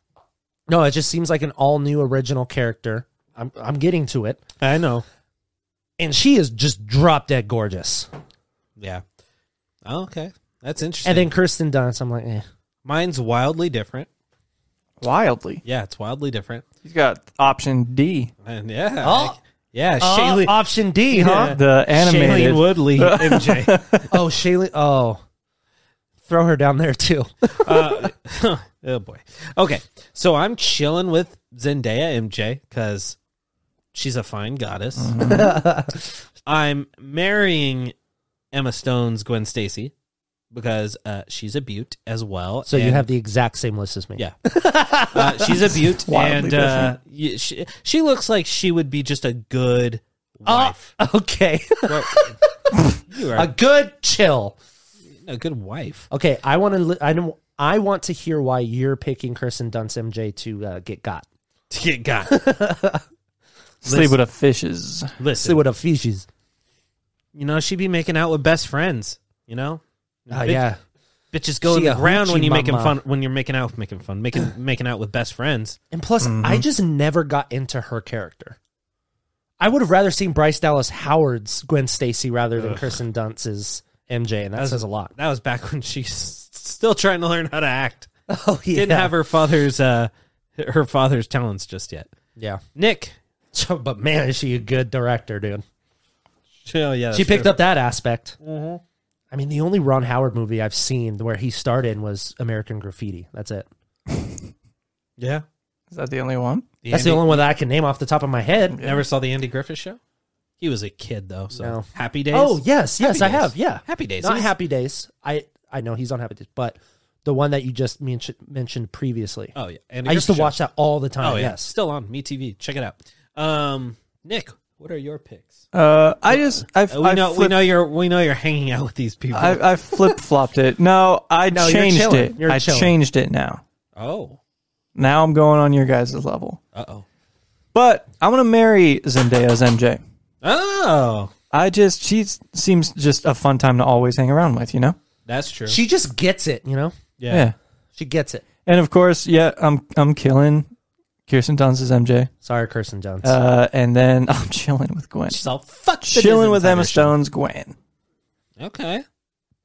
S3: no, it just seems like an all new original character. I'm I'm getting to it,
S2: I know.
S3: and she is just drop dead gorgeous.
S2: Yeah. Oh, okay, that's interesting.
S3: And then Kristen Dunst, I'm like, eh.
S2: mine's wildly different.
S4: Wildly,
S2: Yeah, it's wildly different.
S4: he's got option D,
S2: And yeah,
S3: Oh.
S2: like- yeah,
S3: Uh,
S2: Shailene,
S3: option D, huh?
S4: the animated.
S2: E, Shailene <laughs> Woodley, MJ.
S3: Oh, Shaylee. Oh, throw her down there too.
S2: uh, oh boy. Okay, so I'm chilling with Zendaya MJ because she's a fine goddess.
S3: Mm-hmm.
S2: <laughs> I'm marrying Emma Stone's Gwen Stacy because uh, she's a beaut as well.
S3: So you
S2: and-
S3: have the exact same list as me.
S2: yeah, uh,
S3: <laughs>
S2: she's a beaut,
S4: Wildly
S2: and uh, y- she she looks like she would be just a good
S3: Oh,
S2: wife.
S3: okay. <laughs>
S2: Well, you are
S3: a good chill.
S2: a good wife. <laughs>
S3: Okay, I want to. Li- I know. I want to hear why you're picking Kirsten Dunst MJ to uh, get got.
S2: Get God,
S4: Sleep with a fishes.
S3: See
S2: listen.
S3: what a fishes.
S2: You know she'd be making out with best friends. You know.
S3: Oh
S2: Bitch-
S3: yeah.
S2: bitches go
S3: She
S2: in the
S3: a
S2: ground when
S3: hoochie
S2: you making
S3: mama.
S2: fun when you're making out making fun making
S3: <clears throat>
S2: making out with best friends.
S3: And plus, I just never got into her character. I would have rather seen Bryce Dallas Howard's Gwen Stacy rather than Kirsten Dunst's MJ, and that says a lot.
S2: That was back <laughs> when she's still trying to learn how to act.
S3: <laughs> Oh yeah.
S2: Didn't have her father's uh her father's talents just yet.
S3: Yeah.
S2: Nick,
S3: So, but man, is she a good director, dude?
S2: oh yeah,
S3: she picked up that aspect. I mean, the only Ron Howard movie I've seen where he starred in was American Graffiti. That's it.
S2: Yeah,
S4: Is that the only one?
S3: That's the
S2: Andy-
S3: only one that I can name off the top of my head.
S2: Never saw the Andy Griffith show. He was a kid though. So
S3: No.
S2: Happy Days.
S3: Oh yes, yes,
S2: Happy
S3: I
S2: Days.
S3: have. Yeah,
S2: Happy Days.
S3: Not
S2: He's-
S3: Happy Days. I I know he's on Happy Days, but the one that you just mentioned mentioned previously.
S2: Oh yeah, and
S3: I used to watch that all the time.
S2: Oh yeah,
S3: Yes.
S2: still on MeTV. Check it out. Um, Nick, what are your picks?
S4: Uh, I just I've,
S2: Uh, we
S4: I've
S2: know we
S4: flipped-
S2: know you're we know you're hanging out with these people.
S4: I, I flip flopped it. No, I
S3: No, you're
S4: changed
S3: chilling.
S4: it.
S3: You're
S4: I
S3: chilling.
S4: changed it now.
S2: oh,
S4: Now I'm going on your guys' level.
S2: uh oh,
S4: But I want to marry Zendaya's MJ.
S2: oh,
S4: I just she seems just a fun time to always hang around with. You know.
S2: that's true.
S3: She just gets it, you know?
S2: yeah.
S4: Yeah.
S3: She gets it.
S4: And of course, yeah, I'm I'm killing Kirsten Dunst's MJ,
S3: Sorry, Kirsten Dunst.
S4: uh, and then <laughs> I'm chilling with Gwen.
S3: She's all fuck the
S4: Chilling with
S3: Disney
S4: Emma
S3: Insider
S4: Stone's Gwen.
S2: Okay.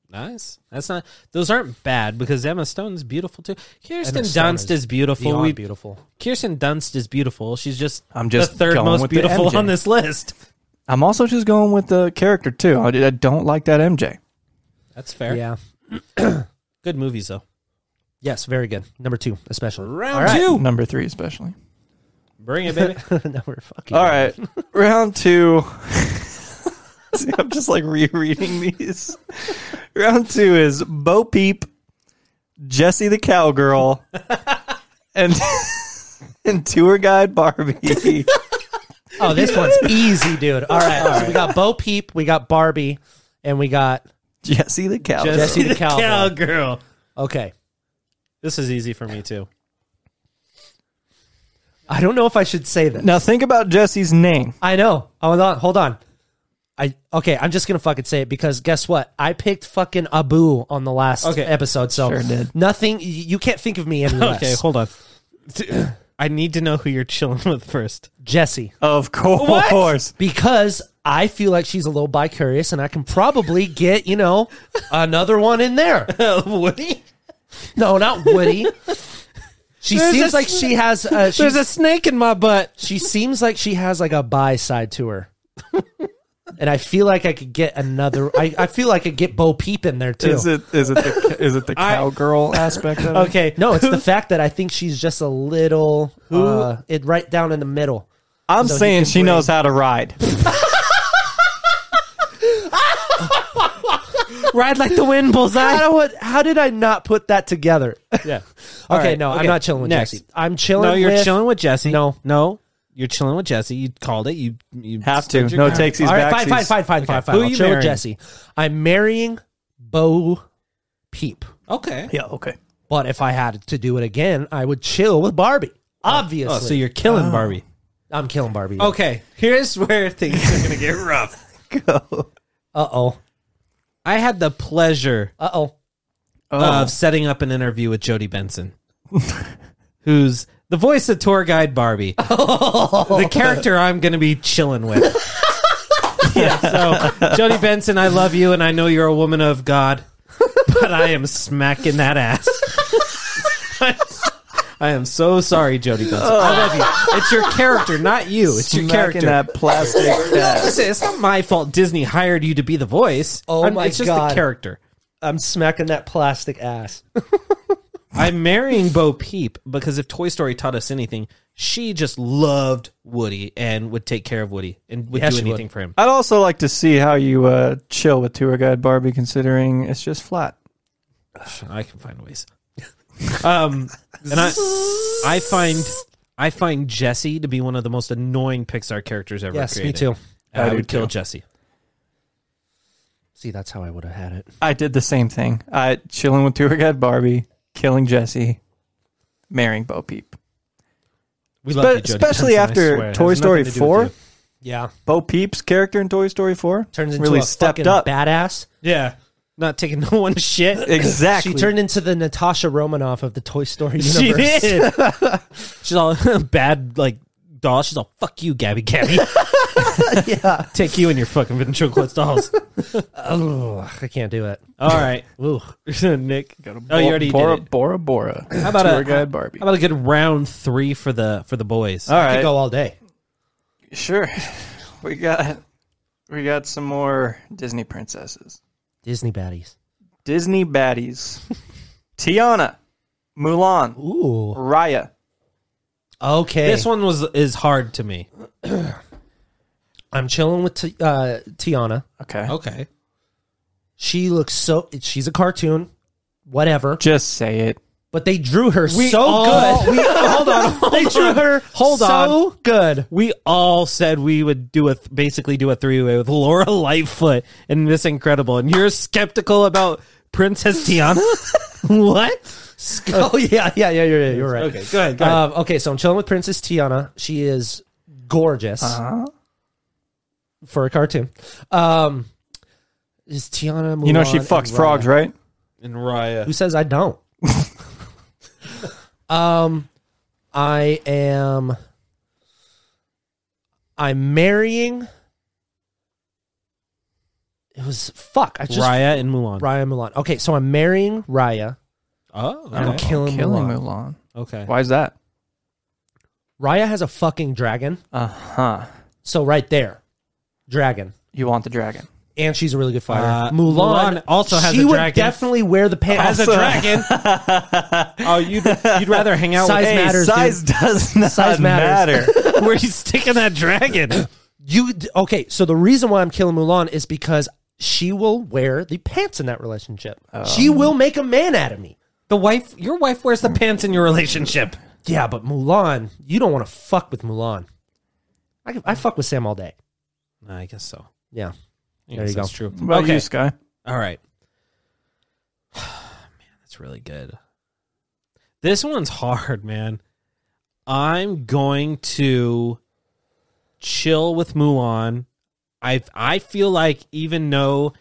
S2: Nice. That's not. Those aren't bad because Emma Stone's beautiful too. Kirsten
S3: Stone
S2: Dunst
S3: is
S2: is, beautiful.
S3: Beyond
S2: We,
S3: beautiful.
S2: Kirsten Dunst is beautiful. She's just
S4: I'm just
S2: the third
S4: going
S2: most
S4: with the
S2: beautiful
S4: MJ.
S2: on this list.
S4: I'm also just going with the character too. I, I don't like that MJ.
S2: That's fair.
S3: Yeah.
S2: Good movies though.
S3: Yes, very good. Number two, especially.
S2: Round two.
S4: Number three, especially.
S2: Bring it, baby.
S3: <laughs> Number fucking.
S4: All right, round two. <laughs> See, I'm just like rereading these. round two is Bo Peep, Jesse the cowgirl, and <laughs> and tour guide Barbie.
S3: Oh, <laughs> this one's easy, dude. All right. So we got Bo Peep, we got Barbie, and we got
S4: <laughs> Jesse the cowgirl.
S2: <laughs>
S3: Jesse the Cowboy.
S2: Cowgirl.
S3: Okay.
S2: This is easy for me
S4: <laughs>
S2: too.
S3: I don't know if I should say this.
S4: Now think about Jesse's name.
S3: I know. Hold on. Hold on. I okay. I'm just gonna fucking say it because guess what? I picked fucking Abu on the last
S2: Okay.
S3: episode, so
S4: Sure did.
S3: nothing. y- You can't think of me any
S2: <laughs>
S3: less.
S2: Okay, hold on. I need to know who you're chilling <laughs> with first.
S3: Jesse,
S4: Of course.
S3: because I feel like she's a little bi curious, and I can probably get you know another one in there.
S2: <laughs> Woody.
S3: No, not Woody. She
S2: There's
S3: seems
S2: a
S3: like she has. Uh,
S2: There's
S3: she's,
S2: a snake in my butt.
S3: she seems like she has like a bi side to her. And I feel like I could get another. I, I feel like I could get Bo Peep in there too.
S4: Is it is it the, is it the cowgirl aspect of it?
S2: Okay.
S3: No, it's the fact that I think she's just a little uh, it right down in the middle.
S4: I'm
S3: So he
S4: saying
S3: can
S4: she
S3: bring-
S4: knows how to ride.
S2: Ride like the wind, bullseye.
S3: How, would, how did I not put that together?
S2: <laughs>
S3: Okay,
S2: Yeah.
S3: no, I'm
S2: okay,
S3: not chilling with
S2: next.
S3: Jesse. I'm chilling.
S2: No, you're
S3: with,
S2: chilling with Jesse.
S3: No.
S2: no, you're chilling with Jesse. You called it. You you
S4: Have to.
S2: stood your
S4: No
S2: ground.
S4: takesies
S3: All right, fine,
S4: back.
S3: fine, fine, fine, fine, fine.
S2: Who
S3: I'll
S2: you
S3: chill with
S2: marrying?
S3: Jesse. I'm marrying Bo Peep,
S2: Okay.
S4: Yeah, <laughs> okay.
S3: but if I had to do it again, I would chill with Barbie. Obviously,
S2: Oh, so you're killing Barbie.
S3: I'm killing Barbie.
S2: Okay. Here's where things are gonna get rough.
S4: <laughs>
S3: Uh oh.
S2: I had the pleasure
S3: Uh oh.
S2: of setting up an interview with Jody
S4: <laughs>
S2: Benson, who's the voice of tour guide <laughs> Barbie, the character I'm going to be chilling with. yeah, so Jody Benson, I love you, and I know you're a woman of God, but I am smacking that ass. <laughs> I am so sorry, Jody Benson. I love you. It's your character, not you. It's your character.
S4: Smacking that plastic. ass.
S2: Listen, it's not my fault Disney hired you to be the voice.
S3: Oh
S2: I'm-
S3: my
S2: it's just
S3: God.
S2: the character.
S3: I'm smacking that plastic ass.
S2: I'm marrying Bo Peep because if Toy Story taught us anything, she just loved Woody and would take care of Woody and would
S3: Yeah,
S2: do
S3: she would.
S2: anything for him.
S4: I'd also like to see how you uh, chill with tour guide Barbie, considering it's just flat.
S2: I can find ways. Um, and I, I find, I find Jesse to be one of the most annoying Pixar characters ever
S3: Yes, me
S2: created.
S3: too.
S2: And
S4: I
S2: I,
S4: do
S2: would kill
S4: too.
S2: Jesse.
S3: See, that's how I would have had it.
S4: I did the same thing. I chilling with tour guide Barbie, killing Jesse, marrying Bo Peep.
S2: We
S4: But
S2: love you, Jody
S4: especially
S2: Benson, I
S4: after
S2: swear. It
S4: Toy
S2: has
S4: Story
S2: nothing to do with
S4: 4.
S2: you.
S3: Yeah.
S4: Bo Peep's character in Toy Story 4
S3: turns into
S4: really
S3: a
S4: stepped
S3: fucking
S4: up. <laughs>
S3: badass.
S2: Yeah, not taking <laughs> no one shit.
S4: Exactly.
S3: She turned into the Natasha Romanoff of the Toy <laughs> Story universe.
S2: She did. <laughs> She's all bad, like doll. She's all fuck you, Gabby,
S3: <laughs>
S2: Gabby. <laughs>
S3: yeah.
S2: Take you and your fucking ventriloquist dolls.
S3: Oh, I can't do it.
S2: All <laughs> right,
S3: Ooh.
S2: Nick. Oh,
S4: Bo-
S2: you already
S4: Bora,
S2: did it.
S4: Bora Bora. How
S2: about
S4: tour
S2: a-
S4: guide Barbie?
S2: How about a good round three for the for the boys?
S4: All
S3: I
S4: right,
S3: could go all day.
S4: sure. <laughs> We got we got some more Disney princesses,
S3: Disney baddies.
S2: <laughs>
S4: Disney baddies. Tiana, Mulan,
S3: Ooh.
S4: Raya.
S3: Okay.
S2: This one was is hard to me.
S3: I'm chilling with T- uh, Tiana.
S4: Okay.
S2: Okay,
S3: She looks so. She's a cartoon. whatever.
S4: Just say it.
S3: But they drew her so
S2: all- <laughs>
S3: good. hold on, they drew her
S2: Hold
S3: so good.
S2: We all said we would do a basically do a three way with Laura Lightfoot and Miss Incredible, and you're skeptical about Princess
S3: <laughs>
S2: Tiana. what?
S3: Oh yeah, yeah, yeah. You're, you're right.
S2: Okay, go ahead. Go ahead.
S3: Um, okay, so I'm chilling with Princess Tiana. She is gorgeous
S2: Uh-huh.
S3: for a cartoon. Um, is Tiana?
S4: You know she
S3: Mulan,
S4: fucks
S3: and
S4: frogs,
S3: Raya.
S4: right?
S2: and Raya.
S3: Who says I don't? <laughs> um, I am. I'm marrying. It was fuck. I just Raya,
S2: Raya and Mulan.
S3: Mulan. Okay, so I'm marrying Raya.
S2: Oh,
S3: I'm
S2: okay.
S3: killing,
S4: Killing
S3: Mulan.
S4: Mulan.
S2: okay.
S4: Why is that?
S3: Raya has a fucking dragon.
S4: Uh huh.
S3: So right there, dragon.
S4: You want the dragon?
S3: and she's a really good fighter.
S2: Uh,
S3: Mulan,
S2: Mulan also has
S3: she
S2: a
S3: would
S2: dragon.
S3: definitely wear the
S2: <laughs>
S3: pants.
S2: As a
S3: Also-
S2: dragon. <laughs> oh, you'd you'd rather hang out
S3: Size
S2: with
S4: Hey,
S3: matters,
S4: <laughs> size does not
S3: Size
S4: <laughs>
S3: matters.
S4: matter.
S2: where he's sticking that dragon.
S3: You d- okay? So the reason why I'm killing Mulan is because she will wear the pants in that relationship. She will make a man out of me.
S2: The wife, your wife wears the pants in your relationship.
S3: Yeah, but Mulan, you don't want to fuck with Mulan. I, could- I fuck with Sam all day.
S2: I guess so.
S3: Yeah,
S2: I
S3: There
S2: guess
S3: you go.
S2: That's true.
S4: What about
S2: okay.
S4: you, Sky?
S2: All right. <sighs> man, that's really good. This one's hard, man. I'm going to chill with Mulan. I I feel like even though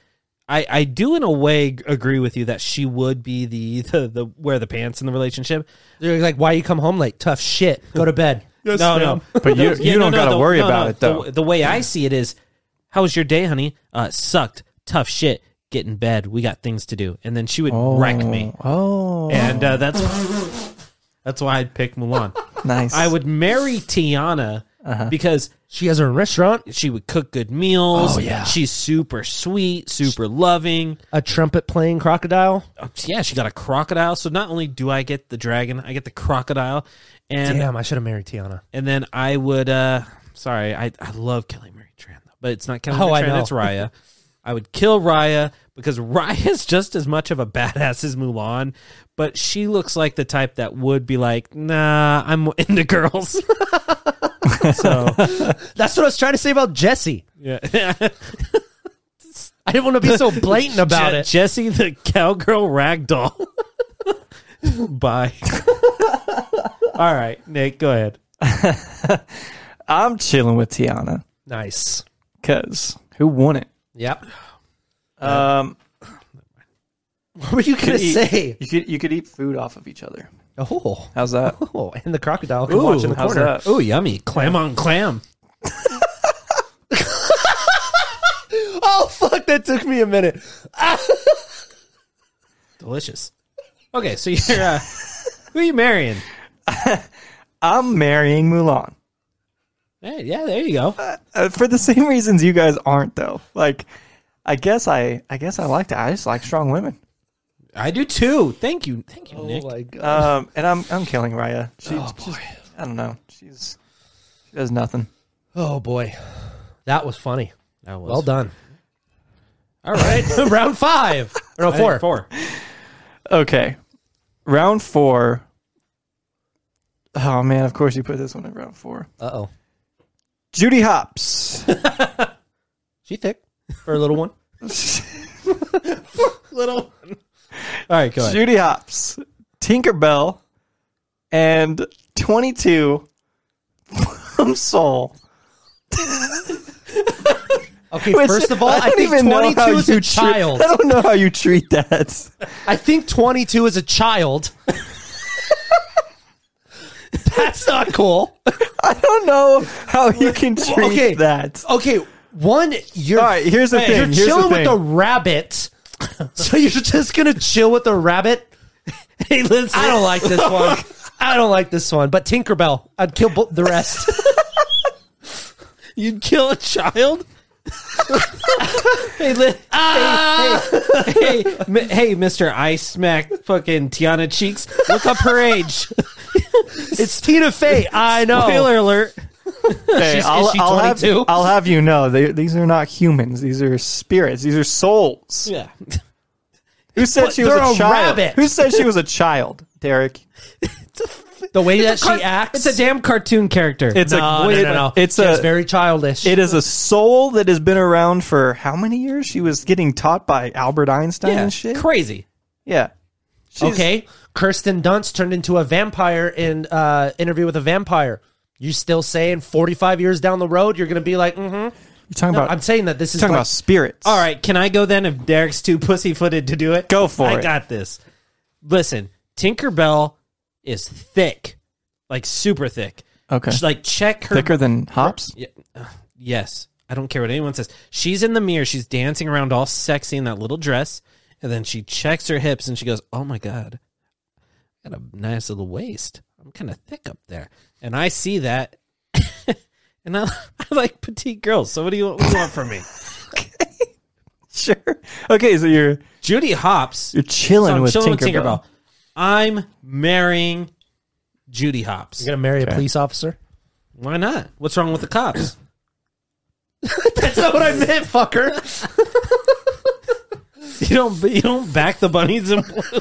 S2: I, I do in a way g- agree with you that she would be the, <laughs> the the wear the pants in the relationship.
S3: they're like, "Why you come home late? Tough shit. Go to bed."
S2: no, <laughs> no.
S4: But you
S2: Yeah,
S4: you
S2: no,
S4: don't
S2: no,
S4: gotta
S2: the-
S4: worry
S2: no,
S4: about
S2: no,
S4: it though.
S2: The, the way I see it is, how was your day, honey? Uh, sucked. Tough shit. Get in bed. We got things to do. And then she would wreck me.
S4: Oh,
S2: And uh, that's that's why I'd pick Mulan.
S4: nice.
S2: I would marry Tiana
S4: Uh-huh.
S2: because
S3: She has her own restaurant,
S2: she would cook good meals.
S4: Oh, yeah.
S2: She's super sweet, super loving.
S3: a trumpet playing crocodile.
S2: Uh, Yeah, she got a crocodile. So not only do I get the dragon, I get the crocodile. And
S3: Damn, I should have married Tiana.
S2: And then I would, uh, sorry, I, I love killing Mary Tran, though, but it's not killing
S3: Oh,
S2: Mary
S3: I
S2: Tran,
S3: know.
S2: it's
S3: <laughs>
S2: Raya. I would kill Raya because Raya's just as much of a badass as Mulan, but she looks like the type that would be like, nah, I'm <laughs> into girls. so,
S3: That's what I was trying to say about Jesse.
S2: yeah.
S3: I didn't want to be so blatant about
S2: Je-
S3: it.
S2: Jessie the cowgirl ragdoll. <laughs>
S3: <laughs>
S2: Bye. All right, Nick, go ahead.
S4: I'm chilling with Tiana
S3: Nice.
S4: because who wouldn't?
S3: Yep.
S4: Um,
S3: What were you gonna
S4: eat-
S3: say?
S4: you could you could eat food off of each other.
S3: Oh,
S4: How's that? <laughs>
S3: <laughs> oh, and the crocodile can watch in the
S4: how's
S3: corner.
S4: that?
S2: Oh, yummy. Clam on <laughs> clam.
S3: Oh fuck, that took me a minute. <laughs>
S2: Delicious. Okay, so you're uh, who are you marrying?
S4: I'm marrying Mulan
S2: Hey, yeah, there you go.
S4: uh, for the same reasons you guys aren't though. Like, I guess I I guess I like that. I just like strong women.
S2: I do too. Thank you, thank you, Nick.
S3: god.
S4: Um, and I'm I'm killing Raya. She, she's I don't know. She's she does nothing.
S3: Oh boy, that was funny.
S2: That was
S3: Well done.
S2: All <laughs> right,
S3: Round five. Or no,
S2: I think
S3: four.
S2: four.
S4: Okay, round four. Oh man, of course you put this one in round four.
S3: Uh oh,
S4: Judy Hops.
S3: she thick for a little one.
S2: Little. All right, go ahead.
S4: Judy Hops, Tinkerbell, and 22 from Soul.
S3: Okay,
S4: Which-
S3: first of all, I, think
S4: know how
S3: 22 is
S4: you
S3: a
S4: treat-
S3: child.
S4: I don't know how you treat that.
S3: I think 22 is a child. That's not cool.
S4: I don't know how you can treat
S3: Okay.
S4: that.
S3: Okay, one, you're
S4: All right, here's the
S3: Hey,
S4: thing.
S3: You're
S4: here's
S3: chilling
S4: the
S3: with
S4: thing.
S3: a rabbit. <laughs> so you're just gonna chill with a rabbit?
S2: Hey, listen.
S3: I don't like
S4: <laughs>
S3: this
S4: Oh,
S3: one. I don't like this one. But Tinkerbell, I'd kill bo- the rest.
S2: <laughs> You'd kill a child. hey, li- hey, Ah! hey, hey, mi- hey, Mister, I smack fucking Tiana cheeks. Look up her age.
S3: It's Tina Fey. I know.
S2: Spoiler alert.
S4: Okay,
S3: She's- is
S4: I'll,
S3: she
S4: I'll have,
S3: 22?
S4: I'll have you know, they, these are not humans. These are spirits. These are souls.
S2: Yeah.
S4: Who said she was
S3: They're
S4: a,
S3: a
S4: child?
S3: rabbit.
S4: Who said she was a child, Derek?
S3: The way that
S2: It's a
S3: she
S2: car-
S3: acts.
S2: It's a damn cartoon character.
S4: It's a
S3: no,
S4: it-
S3: no, no, no.
S4: it's
S3: She
S4: a
S3: was very childish.
S4: it is a soul that has been around for how many years? She was getting taught by Albert Einstein
S2: yeah,
S4: and shit.
S2: crazy.
S4: yeah. She's-
S3: okay. Kirsten Dunst turned into a vampire in uh, Interview with a Vampire. You still saying 45 years down the road, you're going to be like, mm-hmm.
S4: You're talking
S3: No,
S4: about
S3: I'm saying that this
S4: you're
S3: is
S4: talking
S3: like-
S4: about spirits.
S2: All right, can I go then if Derek's too pussyfooted to do it?
S4: Go for
S2: I
S4: it.
S2: got this. Listen, Tinkerbell is thick. Like super thick.
S4: Okay.
S2: Just, Like check her
S4: Thicker than hops? <laughs>
S2: Yeah, ugh, yes. I don't care what anyone says. She's in the mirror. She's dancing around all sexy in that little dress. And then she checks her hips and she goes, Oh my God. I got a nice little waist. I'm kind of thick up there. And I see that. <laughs> and I, <laughs> I like petite girls. So what do you, what do you want from
S4: <laughs>
S2: me?
S4: Sure. Okay, so you're
S2: Judy Hops.
S4: you're chilling,
S2: so I'm
S4: with,
S2: chilling
S4: Tinkerbell.
S2: I'm marrying Judy Hops.
S3: You're going to marry a police officer?
S2: Why not? What's wrong with the
S3: <laughs>
S2: cops?
S3: That's not what I meant, fucker.
S2: you don't you don't back the bunnies in
S3: <laughs>
S2: blue.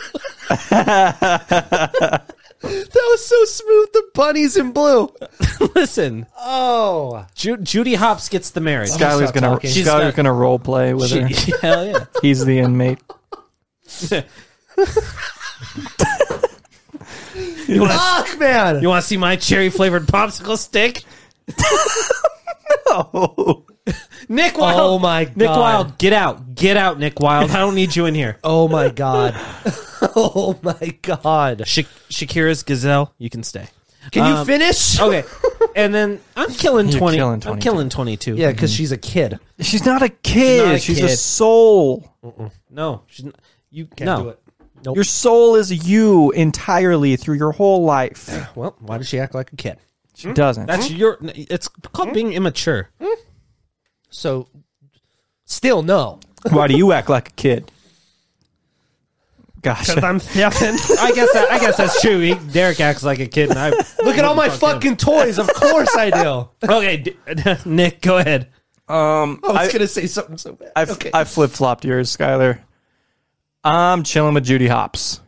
S3: that was so smooth. The bunnies in blue.
S2: <laughs> Listen.
S3: Oh.
S2: Ju- Judy Hops gets the marriage.
S4: Skyler's
S3: stop
S4: gonna
S3: talking.
S2: She's
S4: Skyler's
S2: got-
S4: gonna role play with her.
S2: She- <laughs> hell yeah.
S4: He's the inmate.
S2: You want
S3: Fuck, man.
S2: you want to see my cherry flavored popsicle stick?
S4: Oh.
S2: Nick Wilde.
S3: Oh my
S2: Nick
S3: God.
S2: Wilde, get out. Get out, Nick Wilde. I don't need you in
S3: <laughs>
S2: here.
S3: Oh my god. oh my god.
S2: Sha- Shakira's Gazelle, you can stay.
S3: Can you
S2: Um,
S3: finish? <laughs>
S2: Okay. And then I'm killing
S4: <laughs> You're
S2: 20.
S4: killing
S2: I'm
S4: 22.
S2: killing 22.
S3: Yeah, because she's a kid.
S4: She's not a
S2: She's
S4: kid.
S2: not a
S4: She's, a
S2: kid.
S4: soul.
S2: No. She's not, you can't
S3: do it.
S4: Your soul is you entirely through your whole life.
S3: Well, why does she act like a kid?
S4: She doesn't.
S2: That's your. It's called being <laughs> immature.
S3: So, still no.
S4: <laughs> Why do you act like a kid? Gosh.
S3: I'm nothing.
S2: I guess. That, I guess that's true. He- Derek acts like a kid, and <laughs> I
S3: Look at all my fucking toys. Of course I
S2: <laughs>
S3: do.
S2: Okay, D- Nick, go ahead.
S4: Um,
S3: I was
S4: I,
S3: gonna say something so bad.
S4: I,
S3: okay.
S4: flip flopped yours, Skyler. I'm chilling with Judy Hops.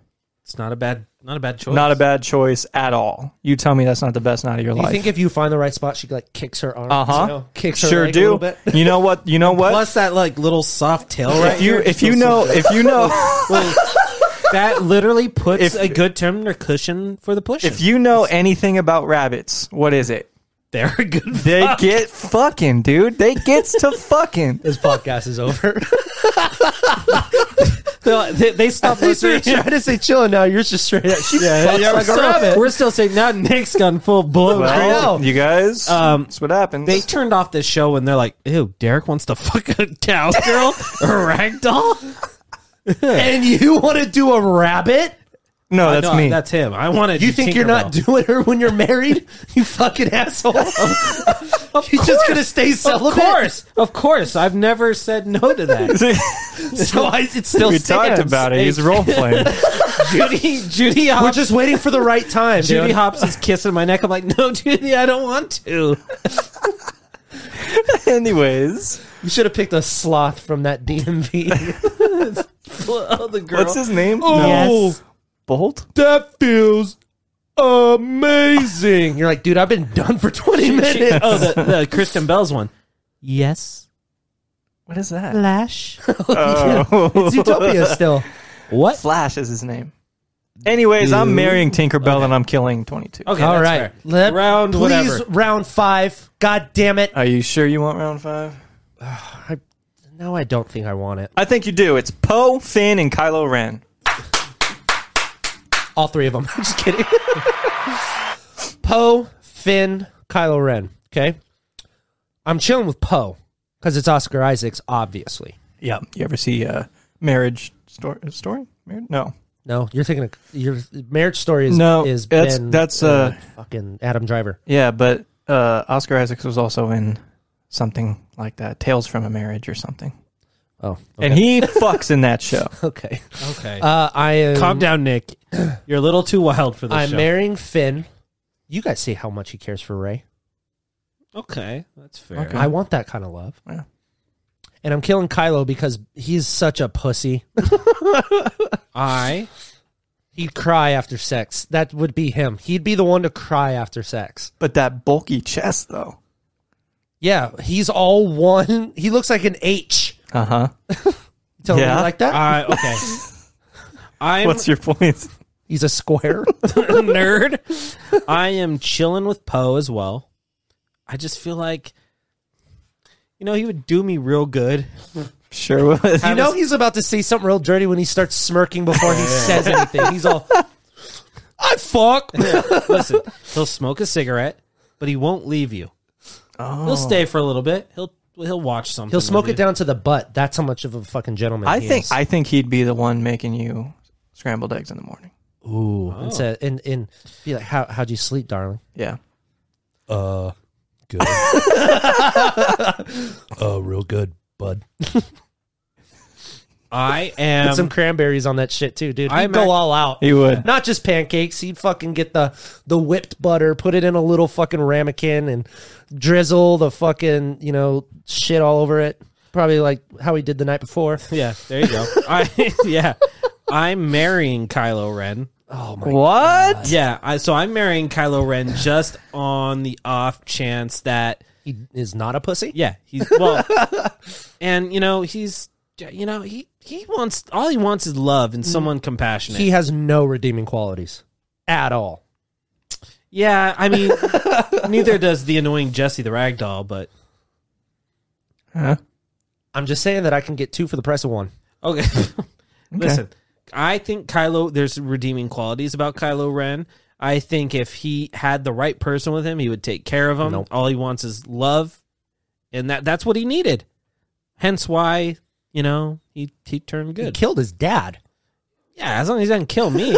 S2: It's not a bad. Not a bad choice.
S4: Not a bad choice at all. You tell me that's not the best night of your
S3: you
S4: life.
S3: think if you find the right spot, she like kicks her arm?
S4: uh
S2: Uh-huh.
S4: huh.
S3: Kicks her
S4: sure
S3: leg a
S4: do.
S3: little <laughs> bit?
S4: You know what? You know what?
S2: Plus that like little soft tail right
S4: if you
S2: here.
S4: if you know if you know
S3: <laughs>
S2: that literally puts
S4: If-
S2: a good Terminator cushion for the push.
S4: if you know anything about rabbits, what is it?
S2: they're a good.
S4: They
S2: fuck.
S4: get fucking, dude. They gets to fucking.
S3: This podcast
S2: <laughs>
S3: is over.
S2: They'll- they, they stop
S3: You're
S2: listening. <laughs>
S3: trying to say chilling now. You're just straight up. She fucks
S2: we're,
S3: like a
S2: still,
S3: rabbit.
S2: we're still saying now Nick's gone full blown.
S4: Well,
S3: know.
S4: you guys,
S2: Um,
S4: that's what happens.
S2: They turned off this show and they're like, "Ew, Derek wants to <laughs> fuck a
S3: <laughs>
S2: cowgirl or a ragdoll."
S3: And you want to do a rabbit?
S4: no, that's
S2: no,
S4: me. <laughs>
S2: That's him. I wanted.
S3: You think you're not doing her
S2: <laughs>
S3: when you're married? You fucking asshole. You're just gonna stay
S2: Of
S3: celibate.
S2: course, of
S3: <laughs>
S2: course. I've never said no to that.
S3: So I,
S2: <laughs>
S3: it still
S4: we
S3: stands.
S4: talked about it. He's role playing.
S2: Judy, Judy,
S3: We're
S2: Hop,
S3: just waiting for the
S2: <laughs>
S3: right time.
S2: Judy
S3: dude.
S2: Hops is kissing my neck. I'm like, no, Judy, I don't want to.
S4: Anyways,
S3: You should have picked a sloth from that <laughs> DMV.
S2: <laughs> Oh, the girl. Oh.
S4: what's his name?
S3: Yes.
S4: Bolt.
S3: Oh, that feels amazing. You're like, dude, I've been done for 20
S2: She-
S3: minutes.
S2: oh, the, the Kristen Bell's one. Yes.
S4: What is that? <laughs> Oh.
S2: Lash.
S3: It's Utopia <laughs> still.
S2: What?
S4: Flash is his name. Anyways, I'm marrying Tinkerbell and I'm killing 22.
S2: Okay.
S3: All
S2: that's
S3: right,
S2: fair.
S3: Let-
S2: round
S3: please
S2: whatever.
S3: round five. God damn it!
S4: Are you sure you want round five?
S3: No, I don't think I want it.
S4: I think you do. It's Poe, Finn, and Kylo Ren.
S3: All three of them. <laughs> I'm just kidding. Poe, Finn, Kylo Ren. Okay. I'm chilling with Poe because it's Oscar Isaac's, obviously.
S4: Yeah. You ever see uh, Marriage Story? story? Mar- No.
S3: No, you're thinking of, your marriage story is
S4: No,
S3: Is
S4: that's-
S3: Ben,
S4: that's, uh,
S3: fucking Adam Driver.
S4: Yeah, but uh, Oscar Isaacs was also in something like that Tales from a Marriage or something.
S3: Oh, okay.
S4: And he fucks in that show.
S3: <laughs> okay.
S2: Okay.
S3: Uh, I am.
S2: Calm down, Nick. You're a little too wild for this
S3: I'm
S2: show.
S3: marrying Finn. You guys see how much he cares for Ray.
S2: okay, that's fair.
S4: Okay.
S3: I want that kind of love.
S4: Mm-hmm. Yeah.
S3: And and I'm killing Kylo because he's such a
S4: <laughs>
S3: pussy.
S2: I
S3: He'd cry after sex. That would be him. He'd be the one to cry after sex.
S4: <laughs> But that bulky chest, though.
S3: Yeah, he's all one. <laughs> He looks like an H.
S4: Uh huh.
S3: You Tell
S4: Yeah.
S3: me like that. <laughs>
S2: I okay. I'm
S4: What's your point? <laughs>
S3: he's
S2: <laughs>
S3: a square.
S2: nerd. I am chilling with Poe as well. I just feel like, you know, he would do me real good.
S4: Sure was.
S3: you know Oh, he's about to say something real dirty when he starts smirking before he says anything. He's all, I fuck.
S2: Listen, he'll smoke a cigarette, but he won't leave you.
S4: Oh,
S2: He'll stay for a little bit. He'll he'll watch something.
S3: Oh. He'll smoke
S2: with
S3: it
S2: you.
S3: down to the butt. That's how much of a fucking gentleman
S4: I
S3: he
S4: think
S3: is.
S4: I think he'd be the one making you scrambled eggs in the morning.
S3: Ooh, and say and and be like, how how'd you sleep, darling?
S4: Yeah.
S3: Uh, good. uh, real good, bud.
S2: I am.
S3: Put some cranberries on that shit too, dude. He'd
S2: I'm
S3: go
S2: act-
S3: all out.
S4: He would.
S3: Not just pancakes. He'd fucking get the the whipped butter, put it in a little fucking ramekin, and drizzle the fucking you know shit all over it. Probably like how he did the night before.
S2: <laughs> yeah, there you go. <laughs> I yeah, I'm marrying Kylo Ren.
S4: What?
S2: Yeah, I, so I'm marrying Kylo Ren just on the off chance that
S3: He is not a pussy.
S2: Yeah, he's well, and you know he's you know he he wants all he wants is love and someone compassionate.
S3: He has no redeeming qualities at all.
S2: yeah, I mean, neither does the annoying Jesse the ragdoll, but
S4: Huh?
S3: I'm just saying that I can get two for the price of one.
S2: okay. <laughs> Listen, I think Kylo. There's redeeming qualities about Kylo Ren. I think if he had the right person with him, he would take care of him.
S3: Nope.
S2: All he wants is love, and that that's what he needed. Hence why you know he he turned
S3: He
S2: good.
S3: killed his dad.
S2: yeah, as long as he doesn't kill
S3: <laughs>
S2: me.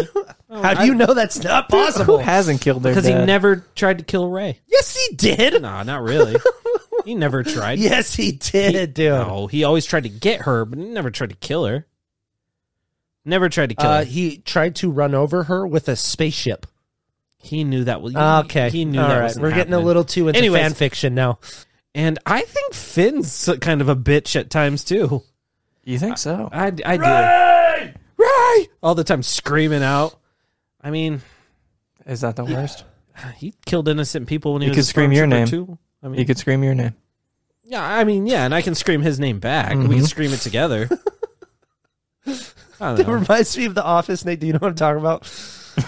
S3: How do you know that's not
S4: Who
S3: possible?
S4: hasn't killed their
S2: Because he
S4: dad?
S2: never tried to kill Ray.
S3: Yes, he did.
S2: No, not really. he never
S3: <laughs>
S2: tried.
S3: Yes, he did, dude.
S2: No, he always tried to get her, but he never tried to kill her. Never tried to kill
S3: Uh,
S2: her.
S3: he tried to run over her with a spaceship.
S2: He knew that. Was,
S3: Okay,
S2: He knew
S3: All
S2: that.
S3: right.
S2: wasn't
S3: We're getting a
S2: happening.
S3: little too into
S2: Anyways.
S3: fan fiction now.
S2: And I think Finn's kind of a bitch at times too.
S4: You think so?
S2: I, I do. Ray! Ray! All the time screaming out. I mean,
S4: Is that the worst?
S2: he killed innocent people when he,
S4: You
S2: was
S4: could
S2: a
S4: scream your
S2: stormtrooper,
S4: name.
S2: Too. I mean,
S4: You could scream your name.
S2: Yeah, I mean, yeah, and I can scream his name back. We can scream it <laughs> together. I don't
S3: That
S2: know.
S3: reminds me of The Office, Nate. Do you know what I'm talking about?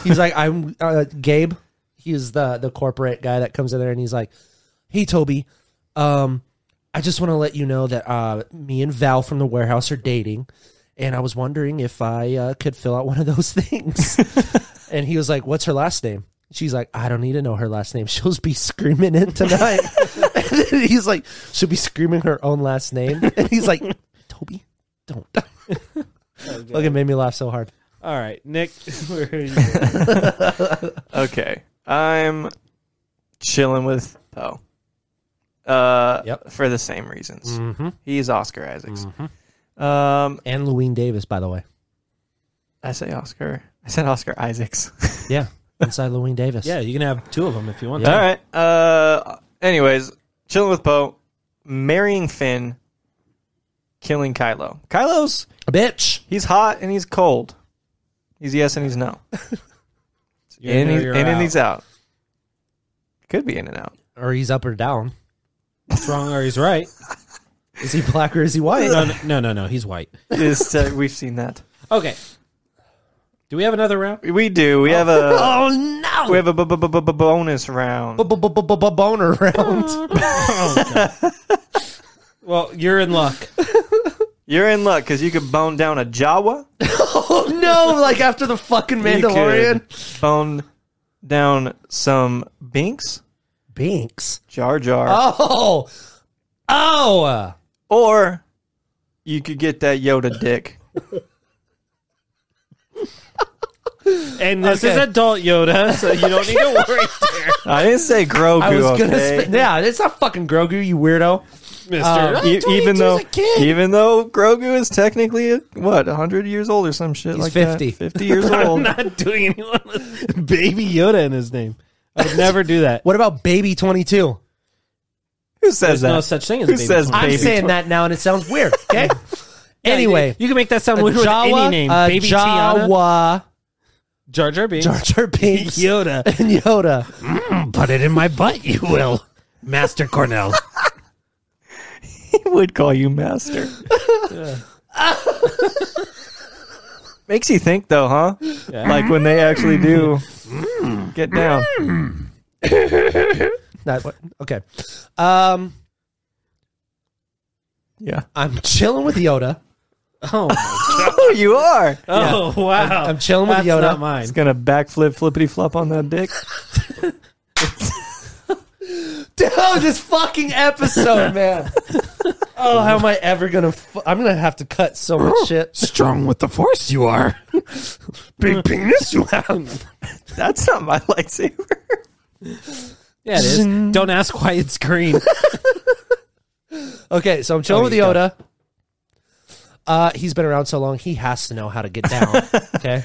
S3: He's like, I'm uh, Gabe. He's the the corporate guy that comes in there, and he's like, Hey, Toby, um, I just want to let you know that uh, me and Val from the warehouse are dating, and I was wondering if I uh, could fill out one of those <laughs> things. and he was like, What's her last name? She's like, I don't need to know her last name. She'll be screaming it tonight. <laughs> and then he's like, She'll be screaming her own last name. And he's like, Toby, don't. <laughs> Look, it made me laugh so hard.
S2: All right, Nick, <laughs> where are you?
S4: Okay. I'm chilling with Poe. Uh,
S3: Yep.
S4: For the same reasons.
S3: Mm-hmm.
S4: He's Oscar Isaacs. Um,
S3: And Louine Davis, by the way.
S4: I say Oscar. <laughs> I said Oscar Isaacs.
S3: Yeah. <laughs> Inside Louine Davis.
S2: Yeah, you can have two of them if you want.
S4: <laughs> All
S2: to.
S4: right. Uh, anyways, chilling with Poe, marrying Finn, killing Kylo. Kylo's
S3: A bitch.
S4: he's hot and he's cold. He's yes and he's no.
S2: You're
S4: in
S2: in or
S4: he's,
S2: you're
S4: in and
S2: out.
S4: he's out. Could be in and out.
S3: Or he's up or down.
S2: He's wrong or he's <laughs> right.
S3: Is he black or is he white?
S2: No, no, no, no, no, he's white.
S4: Just, uh, we've seen that.
S2: Okay. Do we have another <laughs> round?
S4: We do. We have a
S3: <laughs> Oh, no. Oh.
S4: we have a b- b- b- b- bonus round.
S2: <laughs>
S3: Boner round.
S2: Oh, Well, you're in luck.
S4: You're in luck because you could bone down a Jawa.
S3: <laughs> oh no! Like after the fucking
S4: You could
S3: Mandalorian.
S4: Bone down some Binks,
S3: Binks.
S4: Jar Jar.
S3: Oh, oh! uh,
S4: Or you could get that Yoda dick.
S2: And this
S3: Okay.
S2: is adult Yoda, so you don't need to worry there,
S4: I didn't say
S3: <laughs>
S4: Grogu.
S3: I was gonna.
S4: okay?
S3: Sp- yeah, it's not fucking Grogu, you weirdo.
S2: Mister.
S3: Uh,
S4: E- even though,
S3: a kid.
S4: even though Grogu is technically what hundred years old or some shit
S3: He's
S4: like
S3: 50.
S4: that. Fifty
S3: <laughs>
S4: years
S2: I'm <laughs>
S4: old.
S2: not doing anyone
S4: e-, <laughs>
S2: with baby Yoda in his name. I would never do that.
S3: What about Baby Twenty Two?
S4: Who says
S2: There's no
S4: that?
S2: such thing as
S4: Who
S2: a baby
S4: says
S2: porn.
S3: I'm
S4: baby
S3: saying that now, and it sounds <laughs> weird. Okay. anyway,
S2: you can make that sound
S3: a
S2: weird with any
S3: Jawa,
S2: name.
S3: a
S2: baby Tiana,
S3: Jawa,
S2: Jar Jar Binks,
S3: Jar Jar Binks,
S2: Yoda.
S3: <laughs> and Yoda.
S2: Put it in my butt, you will, Master Cornell.
S4: He would call you master. Makes you think, though, huh? Like when they actually do get down.
S3: Not what? Okay. Um,
S4: Yeah.
S3: I'm chilling with Yoda.
S2: Oh,
S4: Oh, you are.
S2: oh wow!
S3: I'm chilling with
S2: That's
S3: Yoda.
S2: Not mine.
S4: It's gonna backflip, flippity flop on that dick.
S3: Dude, this fucking <laughs> episode, man. Oh, how am I ever gonna? F- I'm gonna have to cut so <laughs> much shit.
S6: Strong with the force you are. Big penis you have.
S4: That's not my lightsaber.
S2: Yeah, it is. Don't ask why it's green.
S3: Okay, so I'm
S2: Oh,
S3: chilling with Yoda. Uh, he's been around so long, he has to know how to get
S2: <laughs>
S3: down. Okay,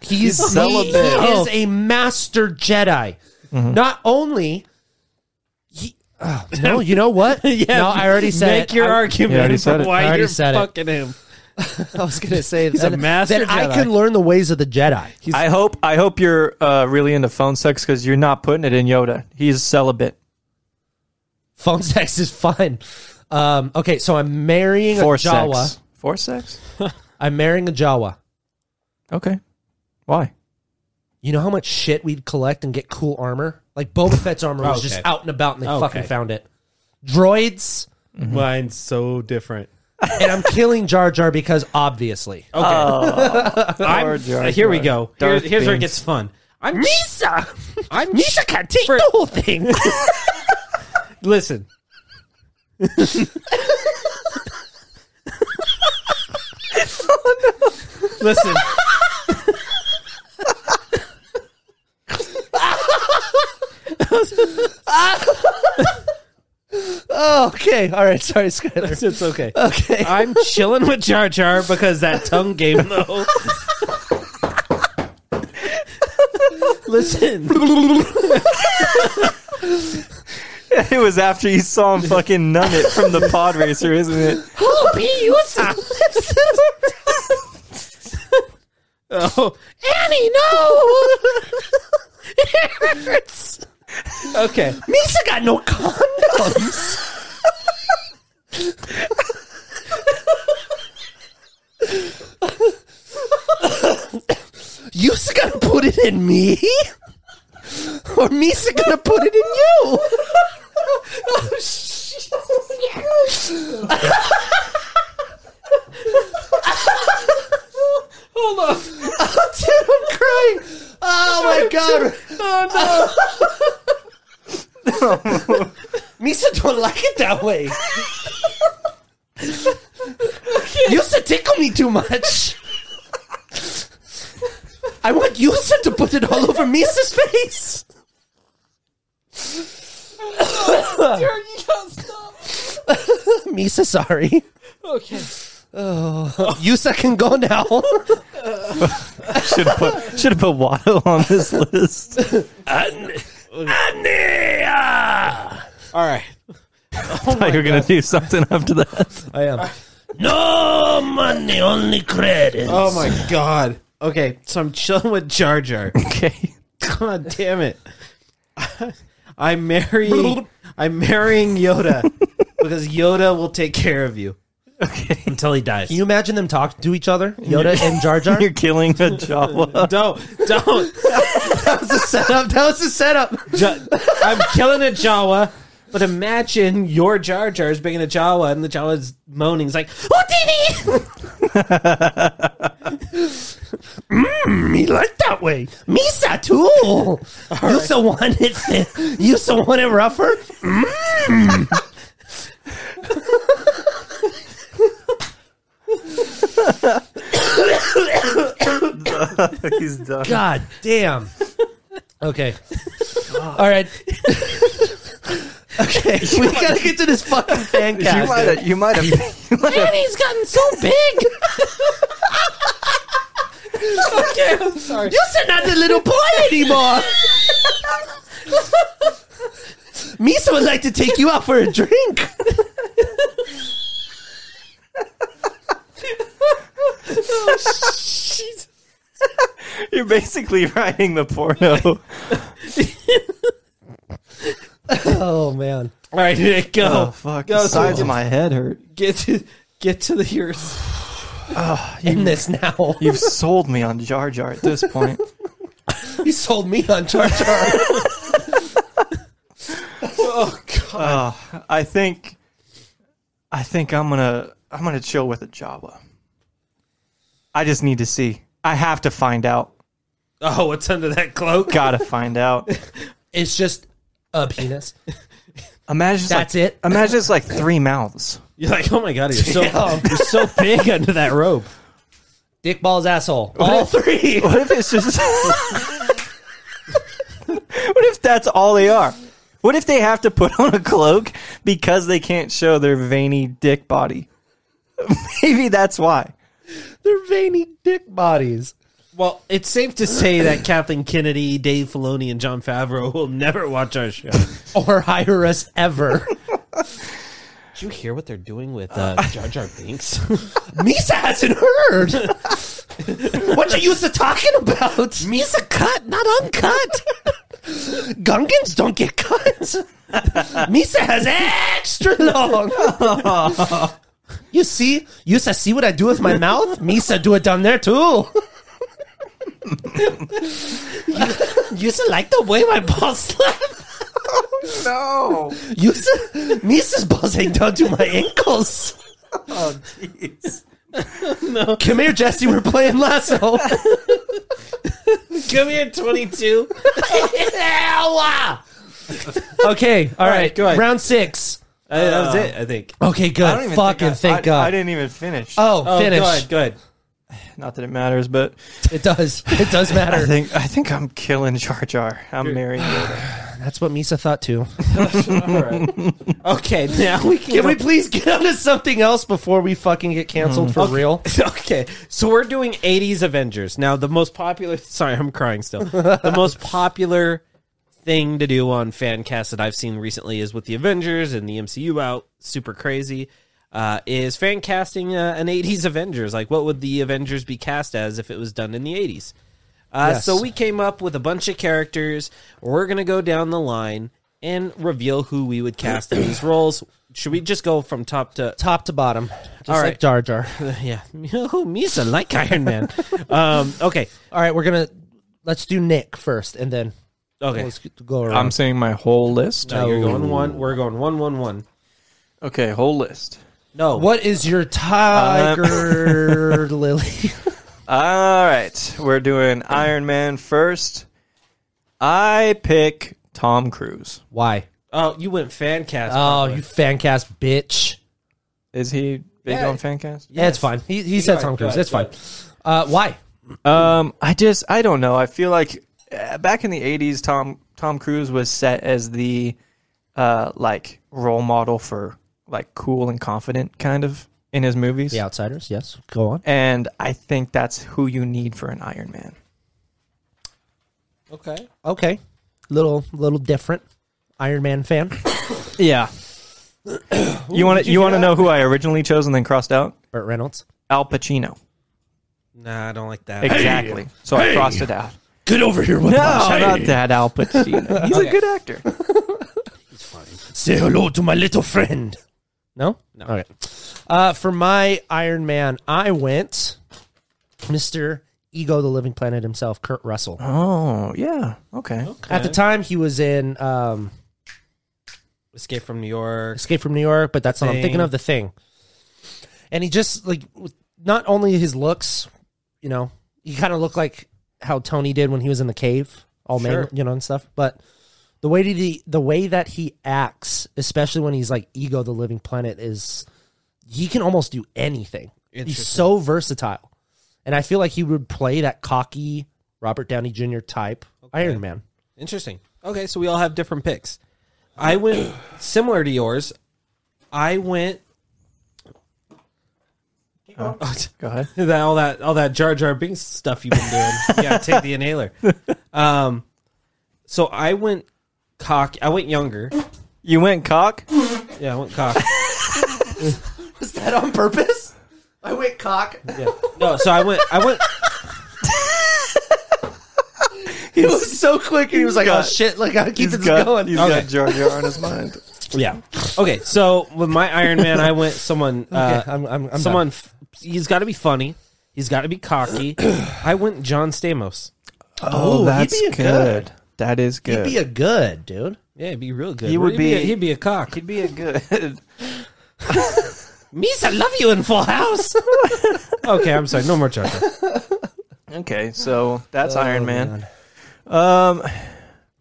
S3: he's he,
S4: celibate.
S3: he
S2: Oh.
S3: is a master Jedi.
S2: Mm-hmm.
S3: Not only, he, oh, no, you know what?
S2: <laughs> <laughs> yeah,
S3: no, I already said
S2: Make
S3: it.
S2: your
S3: I-
S2: argument
S4: Yeah, I already
S2: for
S4: said it.
S3: I
S2: why
S3: already
S2: you're
S3: said it.
S2: fucking him.
S3: I was gonna say
S2: a
S3: that,
S2: master
S3: that I
S2: Jedi.
S3: can learn the ways of the Jedi.
S2: <laughs>
S4: I hope I hope you're uh, really into phone sex because you're not putting it in Yoda. He's celibate.
S3: Phone sex is fine. Um, okay, so I'm marrying
S4: For
S3: a Jawa.
S4: sex. For sex.
S3: I'm marrying a Jawa.
S4: Okay. Why?
S3: You know how much shit we'd collect and get cool armor? Like Boba
S2: <laughs>
S3: Fett's armor was
S2: Okay.
S3: just out and about and they
S2: Okay.
S3: fucking found it. Droids,
S2: Mm-hmm. Mine's so different.
S3: and I'm killing Jar Jar because obviously.
S2: Okay. <laughs> I'm-
S4: Jar Jar.
S2: uh, here we go. Here-
S4: Darth
S2: here's where it
S4: Binks.
S2: gets fun. I'm Misa. I'm Misa can't take
S3: the
S2: <laughs>
S3: whole thing.
S2: Listen. Listen.
S3: okay, all right, sorry, Skyler.
S2: It's okay.
S3: Okay.
S2: I'm chilling with Jar Jar because that tongue game
S3: <laughs>
S2: though. Listen.
S4: <laughs> It was after you saw him fucking nun it from the pod racer, isn't it?
S2: Oh, Annie, no! it hurts. Okay.
S3: Misa got no condoms. You's gonna put it in me? Or Misa gonna put it in <laughs> you? Oh,
S2: Hold on.
S3: Oh, Dude, I'm crying. Oh my god.
S2: Oh
S3: Oh, <laughs> Misa don't like it that way. Yusa tickle me too much. I want Yusa to put it all over Misa's face. Misa, sorry.
S2: no. Okay.
S3: Yusa can go now.
S4: Should have put should have put Watto on this list.
S2: All right.
S4: thought you were gonna do something after that.
S3: I am.
S2: No money, only credit.
S3: Uh,
S2: Oh my god. Okay, so I'm chilling with Jar Jar.
S4: Okay.
S2: God damn it. I'm marrying I'm marrying Yoda because Yoda will take care of you. Okay. Until he dies.
S3: Can you imagine them talking to each other? Yoda and Jar Jar?
S4: <laughs> You're killing a Jawa.
S2: don't don't
S3: <laughs> that was a setup. That was a setup.
S2: Ja- I'm killing a Jawa, but imagine your Jar Jar is being a Jawa and the Jawa's moaning. It's like, "Oh,
S3: <laughs>
S2: Houdini!
S3: Me like Mm, that way. Misa too. Yusa want it. Yusa want it rougher.
S4: He's done.
S3: God damn. Okay. All right. okay. We gotta get to this fucking fan
S4: You
S3: cast.
S4: might have you might have you might have
S3: He's gotten so big.
S2: okay, I'm sorry.
S3: You're not the little boy anymore. Misa would like to take you out for a drink.
S4: You're basically writing the porno.
S3: oh man.
S2: All right, Nick, go.
S3: Uh.
S4: oh fuck!
S2: Go
S4: the sides
S2: to-
S4: of my head hurt.
S2: Get to get to the yours.
S3: End this now.
S4: Ah, You've sold me on Jar Jar at this point.
S3: You sold me on Jar Jar.
S2: Oh god.
S4: Uh, I think, I think I'm gonna I'm gonna chill with a Jawa. I just need to see. I have to find out.
S2: <laughs> Oh, what's under that cloak?
S4: <laughs> Gotta find out.
S3: It's just a
S2: <laughs>
S3: penis.
S4: Imagine it's
S3: That's
S4: like-
S3: it?
S4: Imagine it's like three mouths.
S2: You're like, oh my god, you're so
S3: <laughs> Yeah.
S2: you're so big under that robe.
S3: Dick balls asshole. All three.
S4: <laughs> What if it's just? what if that's all they are? What if they have to put on a cloak because they can't show their veiny dick body? <laughs> Maybe that's why.
S3: They're veiny dick bodies.
S2: Well, it's safe to say that Kathleen Kennedy, Dave Filoni, and John Favreau will never watch our show. Did
S3: <laughs> Or hire us ever.
S2: you hear what they're doing with uh, Jar Jar <laughs> Binks?
S3: Misa hasn't heard. what you used to talking about? Misa cut, not uncut. Gungans don't get cut. Misa has extra long. you see, you used to see what I do with my mouth. <laughs> Misa do it down there too. <laughs> you used to like the way my balls slap.
S4: No.
S3: You used to, Misa's balls hang down to my ankles.
S4: <laughs> Oh jeez.
S3: <laughs> Come here, Jesse. We're playing
S4: <laughs>
S3: lasso.
S2: Come here,
S3: <laughs>
S2: 22.
S3: okay, all right,
S2: right, go ahead.
S3: round six.
S2: I, that was it, I think.
S3: Okay,
S4: I don't
S3: good.
S4: even
S3: Fucking
S4: think I,
S3: thank
S4: I-
S3: God.
S4: I didn't even finish.
S3: oh,
S2: Oh,
S3: finish.
S2: go ahead, go ahead.
S4: Not that it matters, but
S3: It does. It does
S4: I <laughs>
S3: matter.
S4: think I think I'm killing Jar Jar. I'm marrying Yoda.
S3: That's what Misa thought too.
S2: Okay, now we can.
S3: Can we please get onto something else before we fucking get canceled for real?
S2: <laughs> okay, so we're doing 80s Avengers. Now, the most popular. <laughs> Sorry, I'm crying still. the most popular thing to do on Fancast that I've seen recently is with the Avengers and the MCU out, super crazy. Uh, is fan casting uh, an 80s Avengers? Like, what would the Avengers be cast as if it was done in the 80s? Uh,
S3: Yes.
S2: So, we came up with a bunch of characters. We're going to go down the line and reveal who we would cast in these roles. Should we just go from top to
S3: Top to bottom. Just
S2: All
S3: like
S2: right.
S3: Jar Jar.
S2: yeah. <laughs> Oh, Misa like Iron Man. um, okay.
S3: All right, we're gonna let's do Nick first, and then
S2: Okay.
S3: let's get- go around.
S4: I'm saying my whole list.
S2: No, you're going one. We're going one, one, one.
S4: Okay, whole list.
S2: No.
S3: what is your tiger <laughs> lily?
S4: All right, we're doing Iron Man first. I pick Tom Cruise.
S3: Why?
S2: Oh, you went fan cast.
S3: Oh,
S2: Papa.
S3: you fan cast bitch.
S4: Is he big on Fancast?
S3: Yeah, it's fine. He, he said
S2: Go
S3: Tom
S2: ahead, go
S3: Cruise. It's fine.
S2: ahead,
S3: Uh, why?
S4: Um, I just I don't know. I feel like uh, back in the '80s, Tom Tom Cruise was set as the uh like role model for like cool and confident kind of in his movies.
S3: The Outsiders. Yes. Go on.
S4: and I think that's who you need for an Iron Man.
S2: Okay.
S3: Okay. Little little different. Iron Man fan. <coughs>
S4: Yeah. you want to you want to know who I originally chose and then crossed out?
S3: Burt Reynolds.
S4: Al Pacino.
S2: Nah, I don't like that.
S4: Exactly. So I crossed it out.
S6: Get over here with
S4: Oh,
S6: my
S4: not that Al
S6: <laughs>
S4: Pacino. He's a good actor.
S6: Say hello to my little friend.
S3: No? No. Okay. Uh, for my Iron Man, I went Mr. Ego the Living Planet himself, Kurt Russell.
S4: Oh yeah. Okay.
S3: At the time he was in um,
S2: Escape from New York.
S3: Escape from New York, but that's not what I'm thinking
S2: Thing.
S3: of the thing. And he just like with- not only his looks, you know, he kind of looked like how Tony did when he was in the cave, all man,
S2: Sure.
S3: you know, and stuff. But the way that he, the way that he acts, especially when he's like ego the living planet, is he can almost do anything. He's
S2: Interesting.
S3: so versatile, and I feel like he would play that cocky Robert Downey Jr. type Iron Man.
S2: Interesting. Okay, so we all have different picks. I went <coughs> similar to yours. I went.
S4: Go ahead.
S2: that all that all that Jar Jar Binks stuff you've been doing. <laughs> yeah, take the inhaler. Um, so I went cock. I went younger.
S4: You
S6: <laughs>
S4: went cock?
S2: Yeah, I went <laughs> cock.
S6: Was that on purpose? I went cock.
S2: Yeah. No, so I went. I <laughs> went.
S6: It was so quick, and he was like, "Oh shit! Like, I gotta keep
S4: He's
S6: this
S4: got,
S6: going."
S4: he's
S2: Okay.
S4: got Jar Jar on his
S6: <laughs>
S4: mind.
S2: Yeah. Okay. So with my Iron Man, I went someone. Uh,
S3: <laughs> Okay, I'm- I'm- I'm
S2: someone. F- he's got to be funny. He's got to be
S3: <clears throat>
S2: cocky. I went John Stamos.
S4: Oh, that's
S6: be a
S4: good.
S6: good.
S4: That is
S6: He'd
S4: good.
S6: be a good dude.
S2: Yeah, it'd be real good.
S4: He would
S2: He'd be. a-
S4: be-
S2: he'd be a cock.
S4: He'd be a good. <laughs>
S2: Misa, love you in Full House. <laughs> okay, I'm sorry. No more chocolate.
S4: Okay, so
S6: Oh,
S4: that's Iron Man. Um,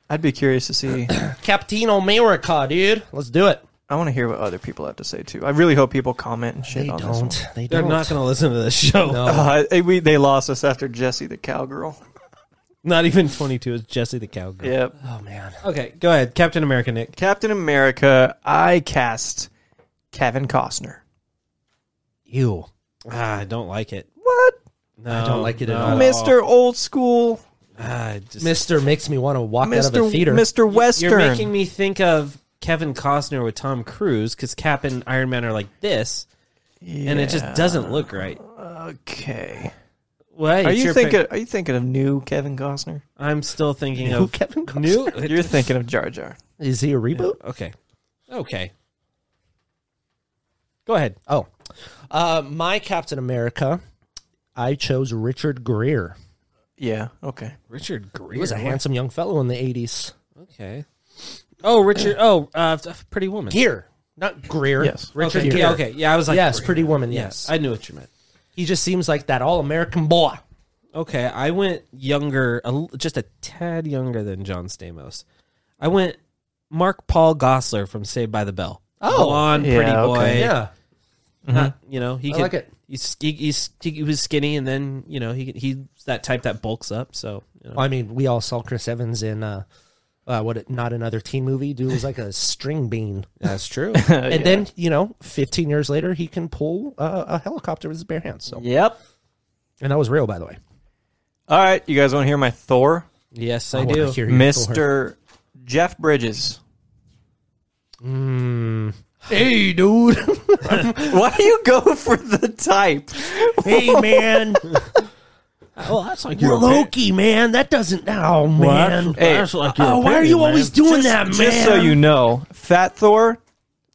S4: I'd be curious to see.
S3: Captain America, dude. Let's do it.
S4: I want to hear what other people have to say too. I really hope people comment and shit
S3: They
S4: on this one.
S3: don't. They
S2: They're
S3: don't.
S2: not going to listen to this show.
S4: Uh, they, we, they lost us after Jesse the cowgirl.
S2: <laughs> Not even 22. It's Jesse the Cowgirl.
S4: Yep.
S3: oh man.
S2: Okay, go ahead. Captain America, Nick.
S4: Captain America. I cast Kevin Costner.
S3: Ew.
S2: Ah, I don't like it.
S4: What,
S2: No, I
S3: don't like it at all.
S4: Mister Old School,
S2: Ah, just,
S3: Mister makes me want to walk out
S4: Mister
S3: of the theater.
S4: Mister Western.
S2: You're making me think of Kevin Costner with Tom Cruise because Cap and Iron Man are like this, and it just doesn't look right.
S4: Okay.
S2: Well, hey,
S4: Are
S2: it's
S4: you
S2: your pick.
S4: thinking? Are you thinking of new Kevin Costner?
S2: I'm still thinking
S3: Who
S2: of
S3: Kevin Costner?
S4: <laughs>
S2: new.
S4: You're thinking of Jar Jar.
S3: Is he a reboot?
S2: okay, okay. Go ahead.
S3: Oh, uh, my Captain America. I chose Richard Greer.
S4: Yeah. Okay.
S2: Richard Greer
S3: He was a handsome young fellow in the '80s.
S2: Okay. Oh, Richard. Oh, uh, Pretty Woman.
S3: Gear, not Greer.
S4: Yes.
S3: Richard
S2: okay.
S3: Gere.
S2: Yeah, okay. Yeah, I was like,
S3: yes,
S2: Greer.
S3: Pretty Woman.
S2: Yeah,
S3: Yes,
S2: I knew what you meant.
S3: he just seems like that all-American boy.
S2: Okay, I went younger, a l- just a tad younger than John Stamos. I went Mark Paul Gossler from Saved by the Bell.
S3: Oh.
S2: blonde,
S4: Yeah,
S2: pretty boy.
S4: okay.
S3: Yeah, uh-huh.
S2: Not- you know he
S3: I
S2: could,
S3: like it.
S2: He's, he, he's, he, was skinny, and then you know he he's that type that bulks up. So you know.
S3: I mean, we all saw Chris Evans in uh, uh, what? it- Not another teen movie. Dude was like a string bean.
S2: that's true.
S3: <laughs> And then you know, 15 years later, he can pull uh, a helicopter with his bare hands. So,
S4: Yep.
S3: and that was real, by the way.
S4: All right. You guys want to hear my Thor?
S2: yes, I,
S3: wanna
S2: do.
S3: hear you go hard.
S4: Mr. Jeff Bridges.
S3: Hey, dude. <laughs>
S4: Why do you go for the type?
S3: <laughs> hey, man.
S2: Oh, that's like
S3: You're Loki, man. That doesn't. Oh, man.
S4: Hey,
S3: Oh, why are you always doing that, man?
S4: Just so you know, Fat Thor,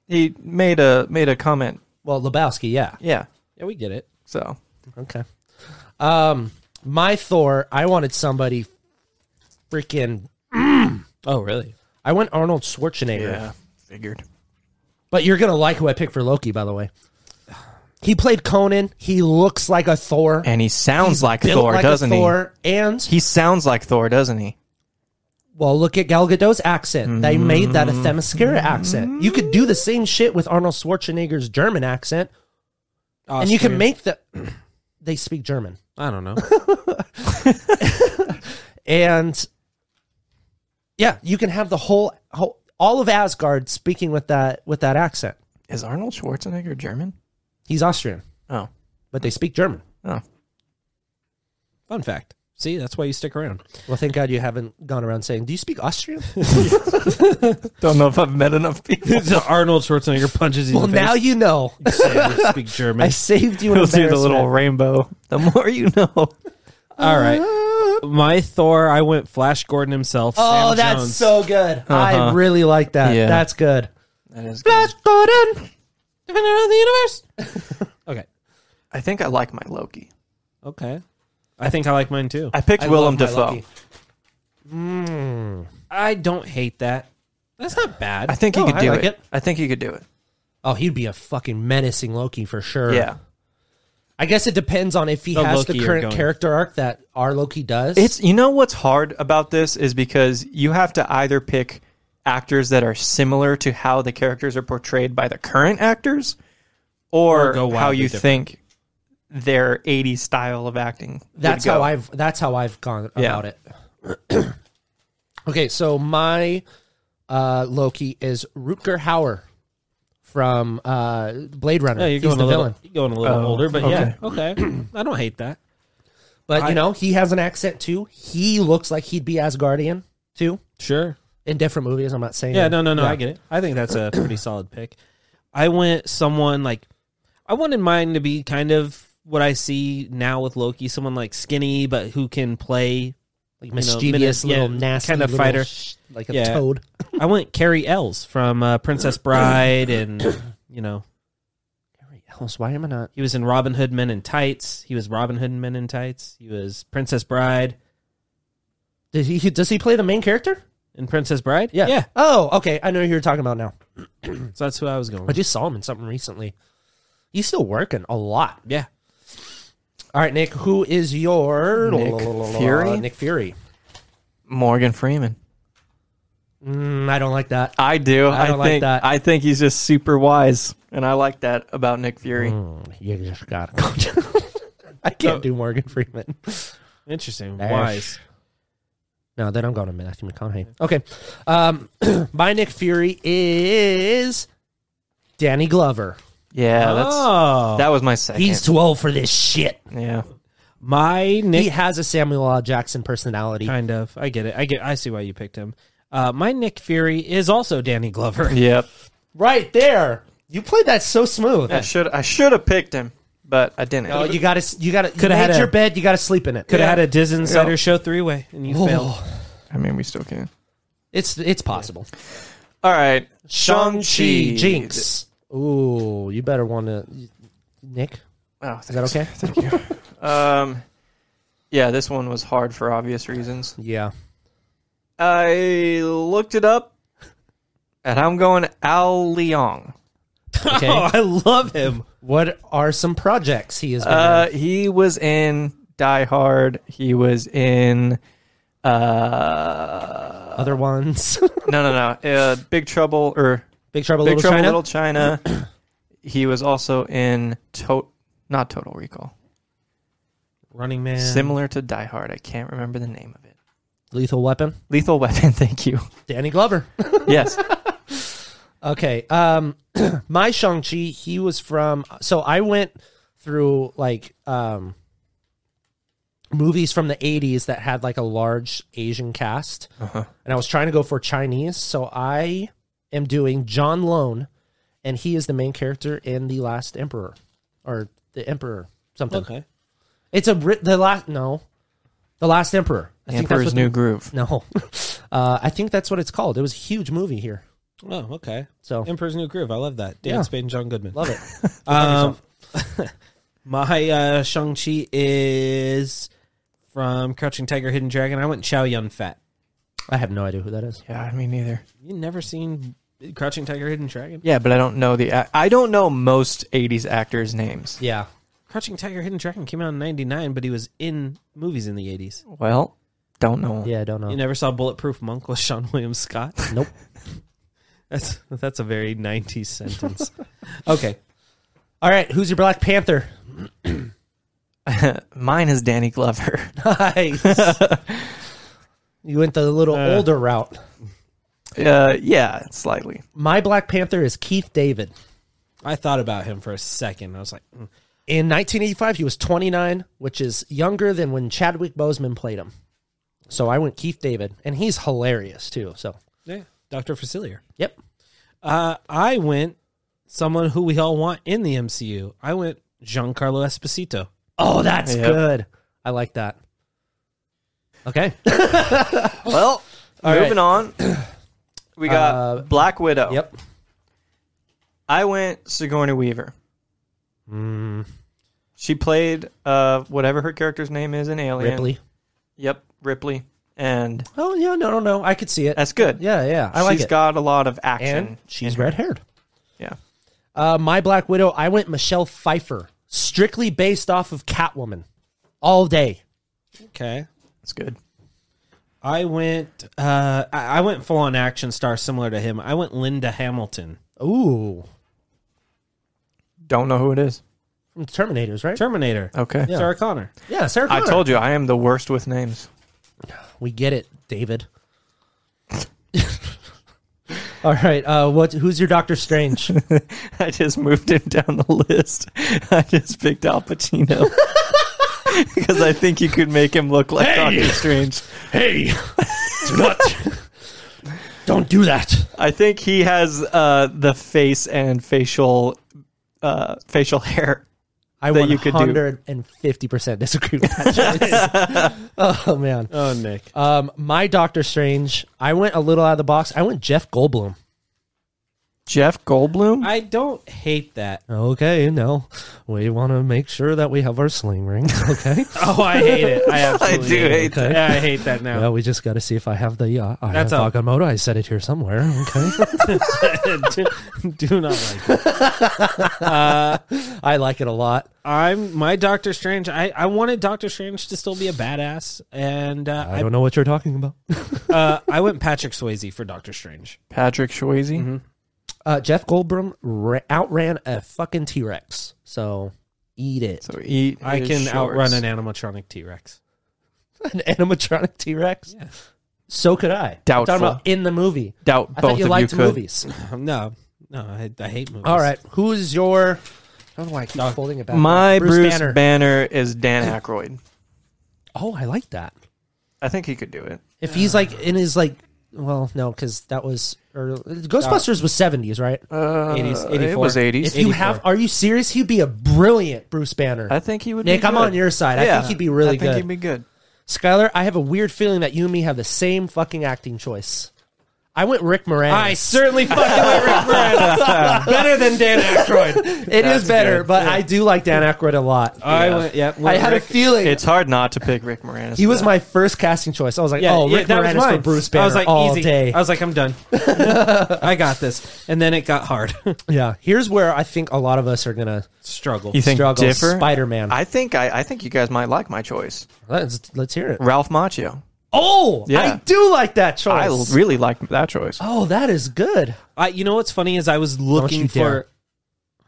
S4: he made a made a comment.
S3: Well, Lebowski, yeah.
S4: Yeah.
S2: Yeah, we get it.
S4: So
S3: Okay. Um, my Thor, I wanted somebody freaking.
S2: Oh, really?
S3: I went Arnold Schwarzenegger.
S4: figured.
S3: But you're gonna like who I picked for Loki, by the way. He played Conan. He looks like a Thor.
S4: And he sounds like
S3: built
S4: Thor,
S3: like a
S4: doesn't
S3: Thor, And
S4: he? He sounds like Thor, doesn't he?
S3: well, look at Gal Gadot's accent. They
S4: Mm-hmm.
S3: made that a Themyscira accent. You could do the same shit with Arnold Schwarzenegger's German accent, and you can
S2: Austrian.
S3: make the. <clears throat> they speak German.
S2: I <laughs> don't know.
S3: and yeah, you can have the whole, whole all of Asgard speaking with that with that accent.
S4: Is Arnold Schwarzenegger German?
S3: He's Austrian,
S4: Oh.
S3: but they speak German.
S4: Oh.
S2: Fun fact. See, that's why you stick around.
S3: Well, thank God you haven't gone around saying, "Do you speak
S4: <laughs>
S3: Austrian?"
S4: Don't know if I've met enough people.
S2: So Arnold Schwarzenegger punches you.
S3: well,
S2: in the
S3: now
S2: face.
S3: you
S4: <laughs>
S3: know.
S2: <laughs> you speak
S3: I
S2: German.
S3: saved you an
S4: You'll see the
S3: embarrassment.
S4: little rainbow. The more you know.
S2: All right. My Thor, I went Flash Gordon himself.
S3: oh,
S2: Sam
S3: that's
S2: Jones. Uh-huh.
S3: so good. I really like that.
S4: Yeah.
S3: That's good.
S4: That is
S3: Flash Gordon.
S2: Defender of the universe. <laughs> okay.
S4: I think I like my Loki.
S2: Okay. I think I like mine too.
S4: I picked
S3: I
S4: Willem
S3: love my
S4: Dafoe.
S3: Loki.
S2: Mm, I don't hate that. That's not bad.
S4: Oh, I think he
S3: No,
S4: could
S3: I
S4: do
S3: like
S4: it.
S3: it.
S4: I think he could do it.
S3: Oh, he'd be a fucking menacing Loki for sure.
S4: Yeah.
S3: I guess it depends on if he
S2: The
S3: has
S2: Loki
S3: the
S2: you're
S3: current
S2: going-
S3: character arc that our Loki does.
S4: It's you know what's hard about this is because you have to either pick actors that are similar to how the characters are portrayed by the current actors or,
S2: Or go
S4: how
S2: wildly
S4: you
S2: different.
S4: think their 80s style of acting. would
S3: That's
S4: go.
S3: how I've that's how I've gone about
S4: Yeah.
S3: it. <clears throat> okay, so my uh, Loki is Rutger Hauer from uh, Blade Runner.
S2: yeah, you're
S3: He's
S2: going
S3: the
S2: a little,
S3: villain,
S2: you're going a little
S4: Oh,
S2: older, but yeah,
S3: <clears throat>
S2: okay. I don't hate that.
S3: but
S2: I-
S3: you know he has an accent too. He looks like he'd be Asgardian too.
S2: Sure.
S3: in different movies. I'm not saying
S2: Yeah, no, no, no. I get it. I think that's a pretty solid pick. I went someone like I wanted mine to be kind of what I see now with Loki, someone like skinny but who can play.
S3: like
S2: know,
S3: mischievous
S2: mini- yeah,
S3: little nasty
S2: kinda
S3: little
S2: fighter.
S3: sh- like a
S2: Yeah.
S3: toad.
S2: I went Carrie Ells from uh, Princess
S3: <clears throat>
S2: Bride, and you know
S3: Harry Ellis, why am I not?
S2: he was in Robin Hood Men in Tights. He was Robin Hood Men in Tights. He was Princess Bride
S3: Did he? he- Does he play the main character?
S2: in Princess Bride. yeah.
S3: Oh, okay. I know who you're talking about now.
S2: So that's who I was going.
S3: I
S2: With.
S3: just saw him in something recently. He's still working a lot.
S2: Yeah,
S3: All right, Nick. Who is your
S4: Nick Fury?
S3: Nick Fury.
S4: Morgan Freeman.
S3: Mm, I don't like that.
S4: I do.
S3: I don't
S4: I, think
S3: like that.
S4: I think he's just super wise, and I like that about Nick Fury.
S3: Hmm, You just <laughs> got. I can't do Morgan Freeman.
S2: interesting.
S3: Ash.
S2: Wise.
S3: No, then I'm going to Matthew McConaughey. Okay, um, <clears throat> my Nick Fury is Danny Glover.
S4: Yeah, that's
S2: oh,
S4: that was my second.
S3: He's too old for this shit.
S4: yeah,
S2: my Nick
S3: He has a Samuel L. Jackson personality.
S2: Kind of. I get it. I get. I see why you picked him. Uh, my Nick Fury is also Danny Glover.
S4: yep.
S3: <laughs> Right there, you played that so smooth.
S4: I should I should have picked him, but I didn't.
S3: Oh, you gotta, you gotta. You
S2: Coulda
S3: made
S2: had a-
S3: your bed. You gotta sleep in it.
S2: Could have had a Diz Insider Show three way, and you failed.
S4: I mean, we still can.
S3: It's it's possible.
S4: All right,
S3: Shang Chi
S4: Shang-Chi.
S3: Jinx. Ooh, you better want to, Nick.
S4: Oh,
S3: Is that okay?
S2: <laughs>
S4: Um, yeah, this one was hard for obvious reasons.
S2: <laughs>
S3: Yeah.
S4: I looked it up, and I'm going Al Leong.
S3: Okay.
S2: Oh, I love him.
S3: What are some projects he has been
S4: Uh, he was in Die Hard. He was in
S3: in?
S4: uh,
S3: Other ones. <laughs>
S4: no, no, no, uh, Big Trouble or
S3: Big Trouble in
S4: Big
S3: Little
S4: Trouble
S3: China.
S4: Little China.
S3: <clears throat>
S4: he was also in to- not Total Recall,
S2: Running Man.
S4: similar to Die Hard. I can't remember the name of it.
S3: Lethal Weapon.
S4: Lethal Weapon. <laughs> Thank you.
S3: Danny Glover. <laughs>
S4: Yes.
S3: Okay. Um, <clears throat> my Shang Chi. He was from. So I went through like um movies from the 80s that had like a large Asian cast.
S4: Uh-huh.
S3: And I was trying to go for Chinese, so I am doing John Lone and he is the main character in The Last Emperor or The Emperor something.
S2: Okay.
S3: It's a ri- the last no. The Last Emperor. I think that's
S4: Emperor's
S3: what
S4: New
S3: <laughs>
S4: Groove.
S3: No. Uh, I think that's what it's called. It was a huge movie here.
S2: Oh, okay.
S3: So
S2: Emperor's New Groove. I love that. David
S3: Yeah.
S2: Spade and John Goodman.
S3: love it.
S2: Um, <laughs> my uh, Shang Chi is from Crouching Tiger, Hidden Dragon. I went Chow Yun Fat.
S3: I have no idea who that is.
S4: Yeah, me neither.
S2: You never seen Crouching Tiger, Hidden Dragon?
S4: Yeah, but I don't know the. ac- I don't know most '80s actors' names.
S3: Yeah.
S2: Crouching Tiger, Hidden Dragon came out in '99, but he was in movies in the '80s.
S4: Well, don't know. 'em.
S3: Yeah, I don't know.
S2: You never saw Bulletproof Monk with <laughs> Sean William Scott?
S3: Nope.
S2: That's that's a very 90s sentence. <laughs> okay.
S3: All right, who's your Black Panther?
S4: Mine is Danny
S3: <laughs>
S4: Glover.
S3: <laughs> Nice. you went the little older route.
S4: Uh, yeah, slightly.
S3: My Black Panther is Keith David.
S2: I thought about him for a second. I was like, mm.
S3: In 1985, he was 29, which is younger than when Chadwick Boseman played him. So I went Keith David, and he's hilarious too. So,
S2: yeah, Dr. Facilier.
S3: yep.
S2: Uh, I went someone who we all want in the MCU. I went Giancarlo Esposito.
S3: Oh, that's
S4: Yep.
S3: good. I like that. Okay.
S4: Well,
S3: <clears throat>
S4: moving on. We got
S3: Uh,
S4: Black Widow.
S3: yep.
S4: I went Sigourney Weaver.
S3: Mm.
S4: She played uh whatever her character's name is in Alien.
S3: Ripley.
S4: Yep, Ripley, and
S3: Oh, yeah, no, no, no. I could see it.
S4: that's good.
S3: Yeah, yeah. I like
S4: She's
S3: it.
S4: got a lot of action.
S3: and she's
S4: in her.
S3: red haired.
S4: Yeah.
S3: Uh, my Black Widow, I went Michelle Pfeiffer, strictly based off of Catwoman, all day.
S2: Okay.
S4: That's good.
S2: I went uh I, I went full on action star similar to him. I went Linda Hamilton.
S3: Ooh,
S4: Don't know who it is.
S3: from Terminators, right?
S2: Terminator.
S4: Okay.
S2: Sarah Connor.
S3: yeah, Sarah.
S4: I
S3: Connor.
S4: told you I am the worst with names.
S3: we get it, David. <laughs> all right, uh, what? Who's your Doctor Strange?
S4: <laughs> I just moved him down the list. <laughs> I just picked Al Pacino. <laughs> Because I think you could make him look
S6: <laughs>
S4: like
S6: Hey!
S4: Doctor Strange.
S6: Hey, do not
S3: <laughs> Don't do that.
S4: I think he has uh, the face and facial uh, facial hair.
S3: I
S4: That
S3: one
S4: you could do.
S3: hundred and fifty percent disagree with that choice. <laughs> oh man.
S2: Oh, Nick.
S3: Um, my Doctor Strange. I went a little out of the box. I went Jeff Goldblum.
S4: Jeff Goldblum.
S2: I don't hate that.
S3: Okay, no, we want to make sure that we have our sling rings. <laughs> Okay.
S2: <laughs> Oh, I hate it.
S3: <laughs>
S2: I absolutely
S4: do
S2: it.
S4: hate
S3: that.
S2: Yeah, I hate that now.
S3: Well, we just got to see if I have the uh, I
S2: That's
S3: have
S2: all.
S3: Agamotto. I said it here <laughs> somewhere. Okay.
S2: do, <laughs> do not like that.
S3: I like it a lot.
S2: I'm my Doctor Strange. I, I wanted Doctor Strange to still be a badass, and uh,
S3: I don't know what you're talking about.
S2: I, uh, I went Patrick Swayze for Doctor Strange.
S4: Patrick Swayze.
S3: <laughs> Uh, Jeff Goldblum ra- outran a fucking T Rex. So eat it.
S4: So eat.
S2: I
S4: his
S2: can
S4: shorts.
S2: outrun an animatronic T Rex.
S3: <laughs> An animatronic T Rex. So could I. I'm
S4: Doubtful.
S3: talking about in the movie.
S4: Doubt
S3: I
S4: both
S3: thought you
S4: of
S3: liked
S4: you could.
S3: movies.
S2: Um, No, no, I, I hate movies.
S3: All right. Who's your? I don't know why I keep folding it back.
S4: My Bruce,
S3: Banner.
S4: Banner.
S3: <coughs>
S4: is Dan Aykroyd.
S3: oh, I like that.
S4: I think he could do it.
S3: If he's like in his like, well, no, because that was early. Ghostbusters was seventies, right?
S4: Uh,
S2: 80s,
S4: It
S2: 84.
S4: was eighties.
S3: If you have, are you serious? He'd be a brilliant Bruce Banner.
S4: I think he would.
S3: Nick,
S4: be
S3: I'm
S4: good.
S3: on your side. I think he'd be really
S4: I think
S3: good.
S4: he'd be good.
S3: Skylar, I have a weird feeling that you and me have the same fucking acting choice. I went Rick Moranis.
S2: I certainly fucking went Rick
S3: <laughs>
S2: Moranis. Better than Dan Aykroyd.
S3: It is better, but I do like Dan Aykroyd a lot.
S2: I went. Yeah,
S3: I
S2: went
S3: had a
S2: Rick-
S3: feeling
S4: Uh, It's hard not to pick Rick Moranis.
S3: he
S4: for
S3: was
S4: that.
S3: my first casting choice. I was like,
S2: Yeah,
S3: oh,
S2: yeah,
S3: Rick
S2: that was
S3: Moranis for
S2: mine.
S3: Bruce Banner
S2: I was like,
S3: all
S2: easy.
S3: day.
S2: I was like, I'm
S3: <laughs>
S2: done. I got this. And then it got hard. <laughs>
S3: yeah, here's where I think a lot of us are gonna
S2: Struggle.
S4: You think
S3: struggle.
S4: differ?
S3: Spider Man.
S4: I think I, I think you guys might like my choice.
S3: Let's let's hear it.
S4: Ralph Macchio.
S3: Oh,
S4: Yeah.
S3: I do like that
S4: I
S3: choice.
S4: l- really like that choice.
S3: oh, that is good.
S2: I, you know what's funny is I was
S3: you
S2: looking
S3: dare.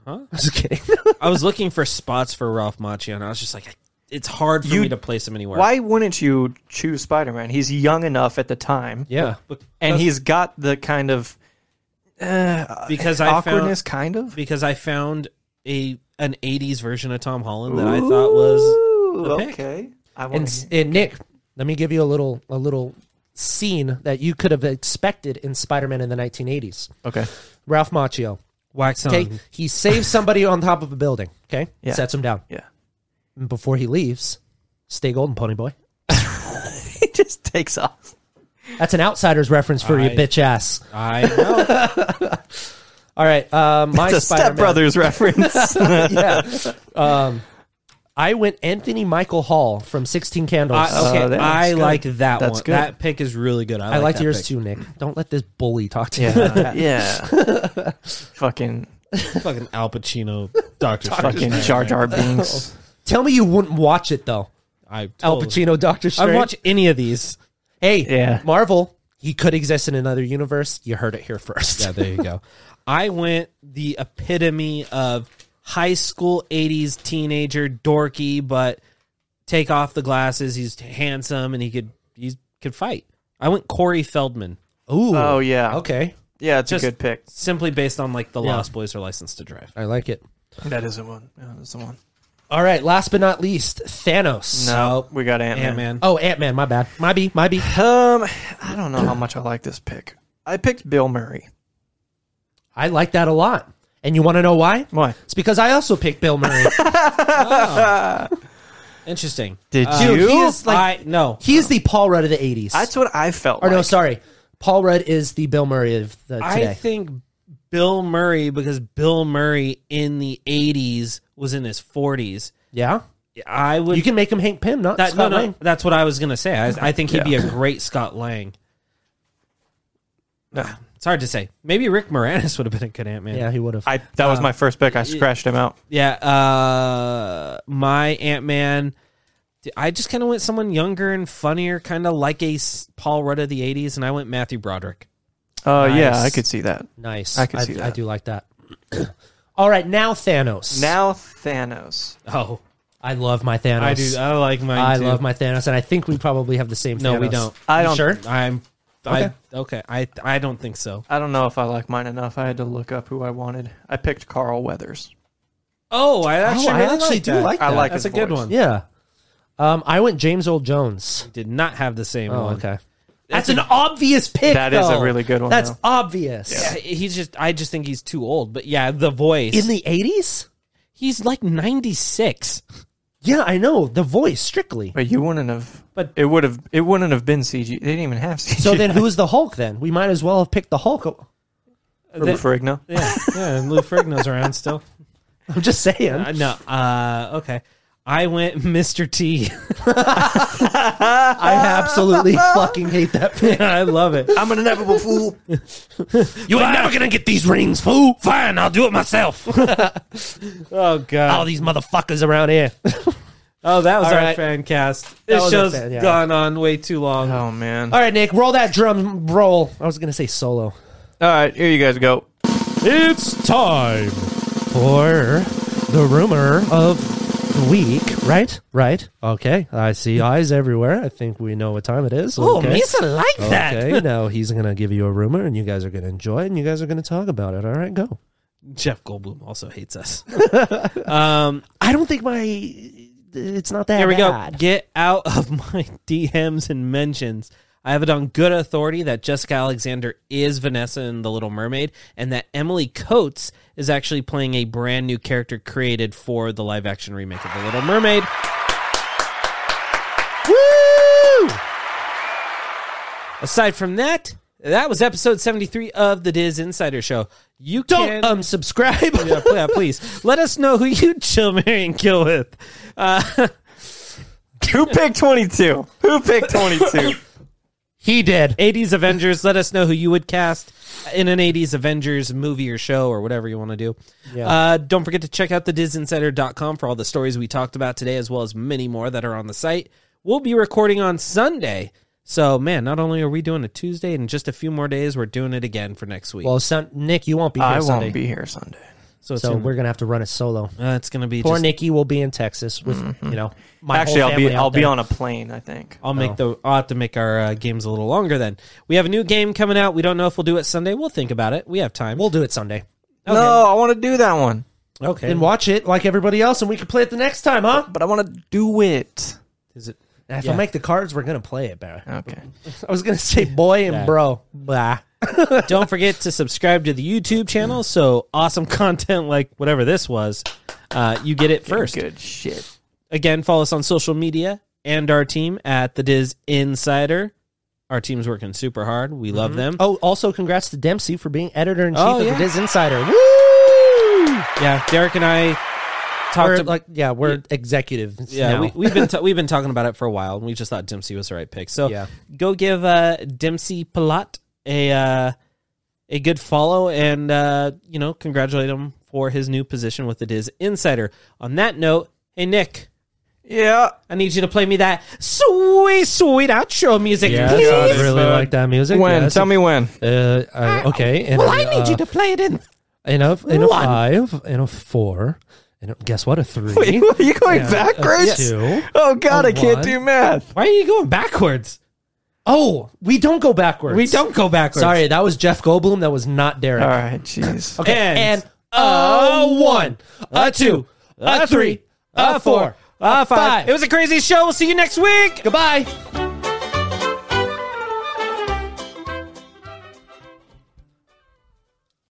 S2: for
S3: I'm <laughs> just kidding.
S2: I was looking for spots for Ralph Macchio, and I was just like, it's hard for
S4: You-
S2: me to place him anywhere.
S4: Why wouldn't you choose Spider Man? He's young enough at the time,
S3: yeah.
S4: and he's got the kind of uh,
S2: Because I
S4: awkwardness,
S2: found
S4: kind of.
S2: because I found a an '80s version of Tom Holland that I thought was
S4: Ooh,
S2: pick.
S4: okay. I
S3: And,
S4: want.
S3: s- and Nick, let me give you a little a little scene that you could have expected in Spider-Man in the 1980s.
S4: Okay.
S3: Ralph Macchio.
S2: wax on.
S3: Okay, he saves somebody on top of a building. Okay,
S4: Yeah.
S3: sets him down.
S4: Yeah. <laughs>
S3: And before he leaves, stay golden, pony boy.
S4: He just takes off.
S3: That's an outsider's reference for you,
S2: I-
S3: bitch ass.
S4: <laughs>
S2: I know.
S3: All right, uh, my
S4: It's
S3: Spider-Man.
S4: a Step Brothers
S3: <laughs>
S4: reference.
S3: yeah. Um, I went Anthony Michael Hall from Sixteen Candles.
S2: I,
S4: Oh,
S2: okay,
S4: that's
S2: I
S4: good.
S2: like that
S4: That's
S2: one.
S4: good.
S2: That pick is really good. I,
S3: I liked
S2: that
S3: yours
S2: pick.
S3: too, Nick. Don't let this bully talk to you. <laughs>
S4: yeah. yeah. Fucking
S2: Fucking Al
S4: <laughs>
S2: Pacino, Doctor
S4: fucking Jar Jar Binks.
S3: Tell me you wouldn't watch it though.
S2: I
S3: Al
S2: totally-
S3: Pacino, Doctor Strange.
S2: I've watched any of these.
S3: Hey,
S4: Yeah.
S3: Marvel. He could exist in another universe. You heard it here <laughs> first.
S2: Yeah, there you go. I went the epitome of high school 80s teenager, dorky, but take off the glasses. He's handsome and he could he could fight. I went Corey Feldman
S3: Ooh.
S4: Oh yeah.
S3: Okay.
S4: Yeah, it's
S2: Just-
S4: a good pick.
S2: simply based on like the
S3: Yeah.
S2: Lost Boys are licensed to drive.
S3: I like it.
S4: That is the one. Yeah, that's the one.
S3: All right. Last but not least, Thanos.
S4: No, we got Ant
S2: Yeah,
S4: Man.
S2: man.
S3: Oh, Ant Man. My bad. My B. My B.
S4: Um, I don't know how much I like this pick. I picked Bill Murray.
S3: <sighs> I like that a lot. And you want to know why?
S4: Why?
S3: It's because I also picked Bill <laughs> Murray.
S2: Interesting.
S4: Did
S3: Dude,
S4: you?
S3: he is like
S2: I no.
S3: he's the Paul Rudd of the '80s.
S4: Uh, That's what I felt.
S3: or no,
S4: like.
S3: sorry, Paul Rudd is the Bill Murray of the
S2: I
S3: today.
S2: think Bill Murray because Bill Murray in the 80s was in his 40s.
S3: yeah,
S2: I would
S3: you can make him Hank Pym, not
S2: That, no,
S3: Scott
S2: no,
S3: Lang.
S2: that's what I was gonna say. I, I think he'd be a great Scott Lang. Ah,
S4: Yeah.
S2: It's hard to say. Maybe Rick Moranis would have been a good Ant Man.
S3: Yeah, he would have.
S4: I that was my first pick. I scratched him out.
S2: Yeah, uh, my Ant Man. I just kind of went someone younger and funnier, kind of like a s- Paul Rudd of the '80s, and I went Matthew Broderick.
S4: Oh yeah,
S3: Nice.
S4: I could see that.
S3: Nice.
S4: I can
S3: I,
S4: see
S3: I
S4: that.
S3: do like that. All right, now Thanos.
S4: Now Thanos.
S2: Oh,
S3: I love my Thanos.
S2: I do. I like mine.
S3: I
S2: too.
S3: love my Thanos, and I think we probably have the same.
S2: No, we
S3: Thanos.
S2: don't.
S4: I
S3: You
S4: don't-
S3: Sure.
S2: I'm. I, okay. I. I don't think so.
S4: I don't know if I like mine enough. I had to look up who I wanted. I picked Carl Weathers.
S2: Oh, I actually.
S3: I
S2: really
S3: actually
S2: like
S3: do
S2: that.
S3: like
S4: I
S3: that.
S4: like
S2: That's a
S4: his
S2: good
S4: voice.
S2: one.
S3: Yeah. Um, I went James Earl Jones. Oh,
S2: Did not have the same one.
S3: okay.
S2: I
S3: That's an obvious pick.
S4: Oh, That is a
S3: though.
S4: really good one,
S3: That's
S4: though.
S3: obvious.
S2: Yeah, he's just. I just think he's too old. But yeah, the voice.
S3: In the eighties?
S2: he's like ninety six.
S3: Yeah, I know. The voice strictly.
S4: But you wouldn't have.
S2: But-
S4: But it would have. It wouldn't have been CG. They didn't even have CG.
S3: So
S4: <laughs>
S3: then who's the Hulk then? We might as well have picked the Hulk. <laughs>
S4: for Ferrigno.
S2: Yeah, yeah. And Lou Ferrigno's around still.
S3: I'm just saying.
S2: Uh, no. Uh, okay. I went <laughs> Mr. T.
S3: I absolutely fucking hate that pick.
S2: I love it.
S4: I'm an inevitable <laughs> fool.
S6: You ain't never gonna get these rings, fool. Fine, I'll do it
S3: <laughs>
S6: myself.
S2: <laughs> Oh god.
S3: All these motherfuckers around here.
S2: Oh, that was our
S3: All right.
S2: fan cast.
S3: That
S2: This
S3: was our
S2: show's
S3: fan, yeah.
S2: gone on way too long.
S4: Oh man.
S3: All right, Nick, roll that drum roll. I was gonna say solo.
S4: All right, here you guys go.
S3: It's time for the rumor of the week, right? Right. Okay. I see eyes everywhere. I think we know what time it is.
S2: Oh,
S3: okay.
S2: Misa like that.
S3: Okay, now he's going to give you a rumor and you guys are going to enjoy it and you guys are going to talk about it. All right, go.
S2: Jeff Goldblum also hates us. um,
S3: I don't think my. It's not that
S2: here we go.
S3: bad.
S2: Get out <laughs> of my DMs and mentions. I have it on good authority that Jessica Alexander is Vanessa in The Little Mermaid, and that Emily Coates is actually playing a brand new character created for the live action remake of The Little Mermaid.
S3: Woo!
S2: Aside from that, that was episode 73 of the Diz Insider Show. You
S3: Don't
S2: can.
S3: um subscribe.
S2: <laughs> yeah, pl- yeah, please let us know who you chill, marry, and kill with. Uh,
S4: Who picked 22? Who picked 22?
S3: he did.
S2: 80s Avengers, let us know who you would cast in an 80s Avengers movie or show or whatever you want to do.
S3: Yeah.
S2: Uh, don't forget to check out thedizinsider.com for all the stories we talked about today, as well as many more that are on the site. We'll be recording on Sunday. So, man, not only are we doing a Tuesday in just a few more days, we're doing it again for next week.
S3: Well, son, Nick, you won't be here
S4: I
S3: Sunday,
S4: won't be here Sunday.
S2: so it's
S3: so
S2: gonna,
S3: we're gonna have to run it solo.
S2: uh, it's gonna be
S3: Poor
S2: just,
S3: Nikki will be in Texas with you know my
S4: Mm-hmm. Actually,
S3: whole
S4: I'll be
S3: family out
S4: I'll be
S3: there.
S4: on a plane. I think.
S2: I'll
S3: Oh.
S2: make the. I'll have to make our uh, games a little longer. Then we have a new game coming out. We don't know if we'll do it Sunday. We'll think about it. We have
S3: <laughs>
S2: time.
S3: We'll do it Sunday.
S4: No, I want to do that one,
S2: okay.
S3: And watch it like everybody else, and we can play it the next time, huh?
S4: but I want to do it.
S2: Is it?
S3: If
S2: Yeah.
S3: I make the cards, we're gonna play it, bro.
S4: Okay.
S3: <laughs> I was gonna say boy and bro. Blah.
S2: Don't forget to subscribe to the YouTube channel so awesome <laughs> content like whatever this was, uh, you get it first.
S4: Good shit.
S2: Again, follow us on social media and our team at the Diz Insider. Our team's working super hard. We love them.
S3: Oh, also congrats to Dempsey for being editor in chief
S2: Oh,
S3: of
S2: yeah.
S3: the Diz Insider. Woo!
S2: yeah, Derek and I
S3: We're
S2: talked to,
S3: like yeah, we're executive.
S2: yeah, we, we've been ta- we've been talking about it for a while, and we just thought Dempsey was the right pick. So
S3: Yeah.
S2: go give uh, Dempsey Palat a uh, a good follow, and uh, you know congratulate him for his new position with the Diz Insider. On that note, hey Nick,
S4: Yeah.
S2: I need you to play me that sweet sweet outro music, please.
S3: I really like that music.
S4: When?
S3: yes.
S4: Tell me when.
S3: Uh, uh, okay. And,
S2: Well, I need you
S3: uh,
S2: to play it in.
S3: And a, and a
S2: One.
S3: five, and a four, and a, guess what? A three.
S4: Are <laughs> you going
S3: a
S4: backwards?
S3: two.
S4: Oh God,
S3: A
S4: I can't
S3: one.
S4: do math.
S2: Why are you going backwards?
S3: Oh, we don't go backwards.
S2: We don't go backwards.
S3: Sorry, that was Jeff Goldblum. That was not Derek.
S4: All right, jeez.
S3: Okay.
S2: And-
S3: And,
S2: Uh,
S3: a one, a two, a three, a four, a five.
S2: It was a crazy show. We'll see you next week.
S3: Goodbye.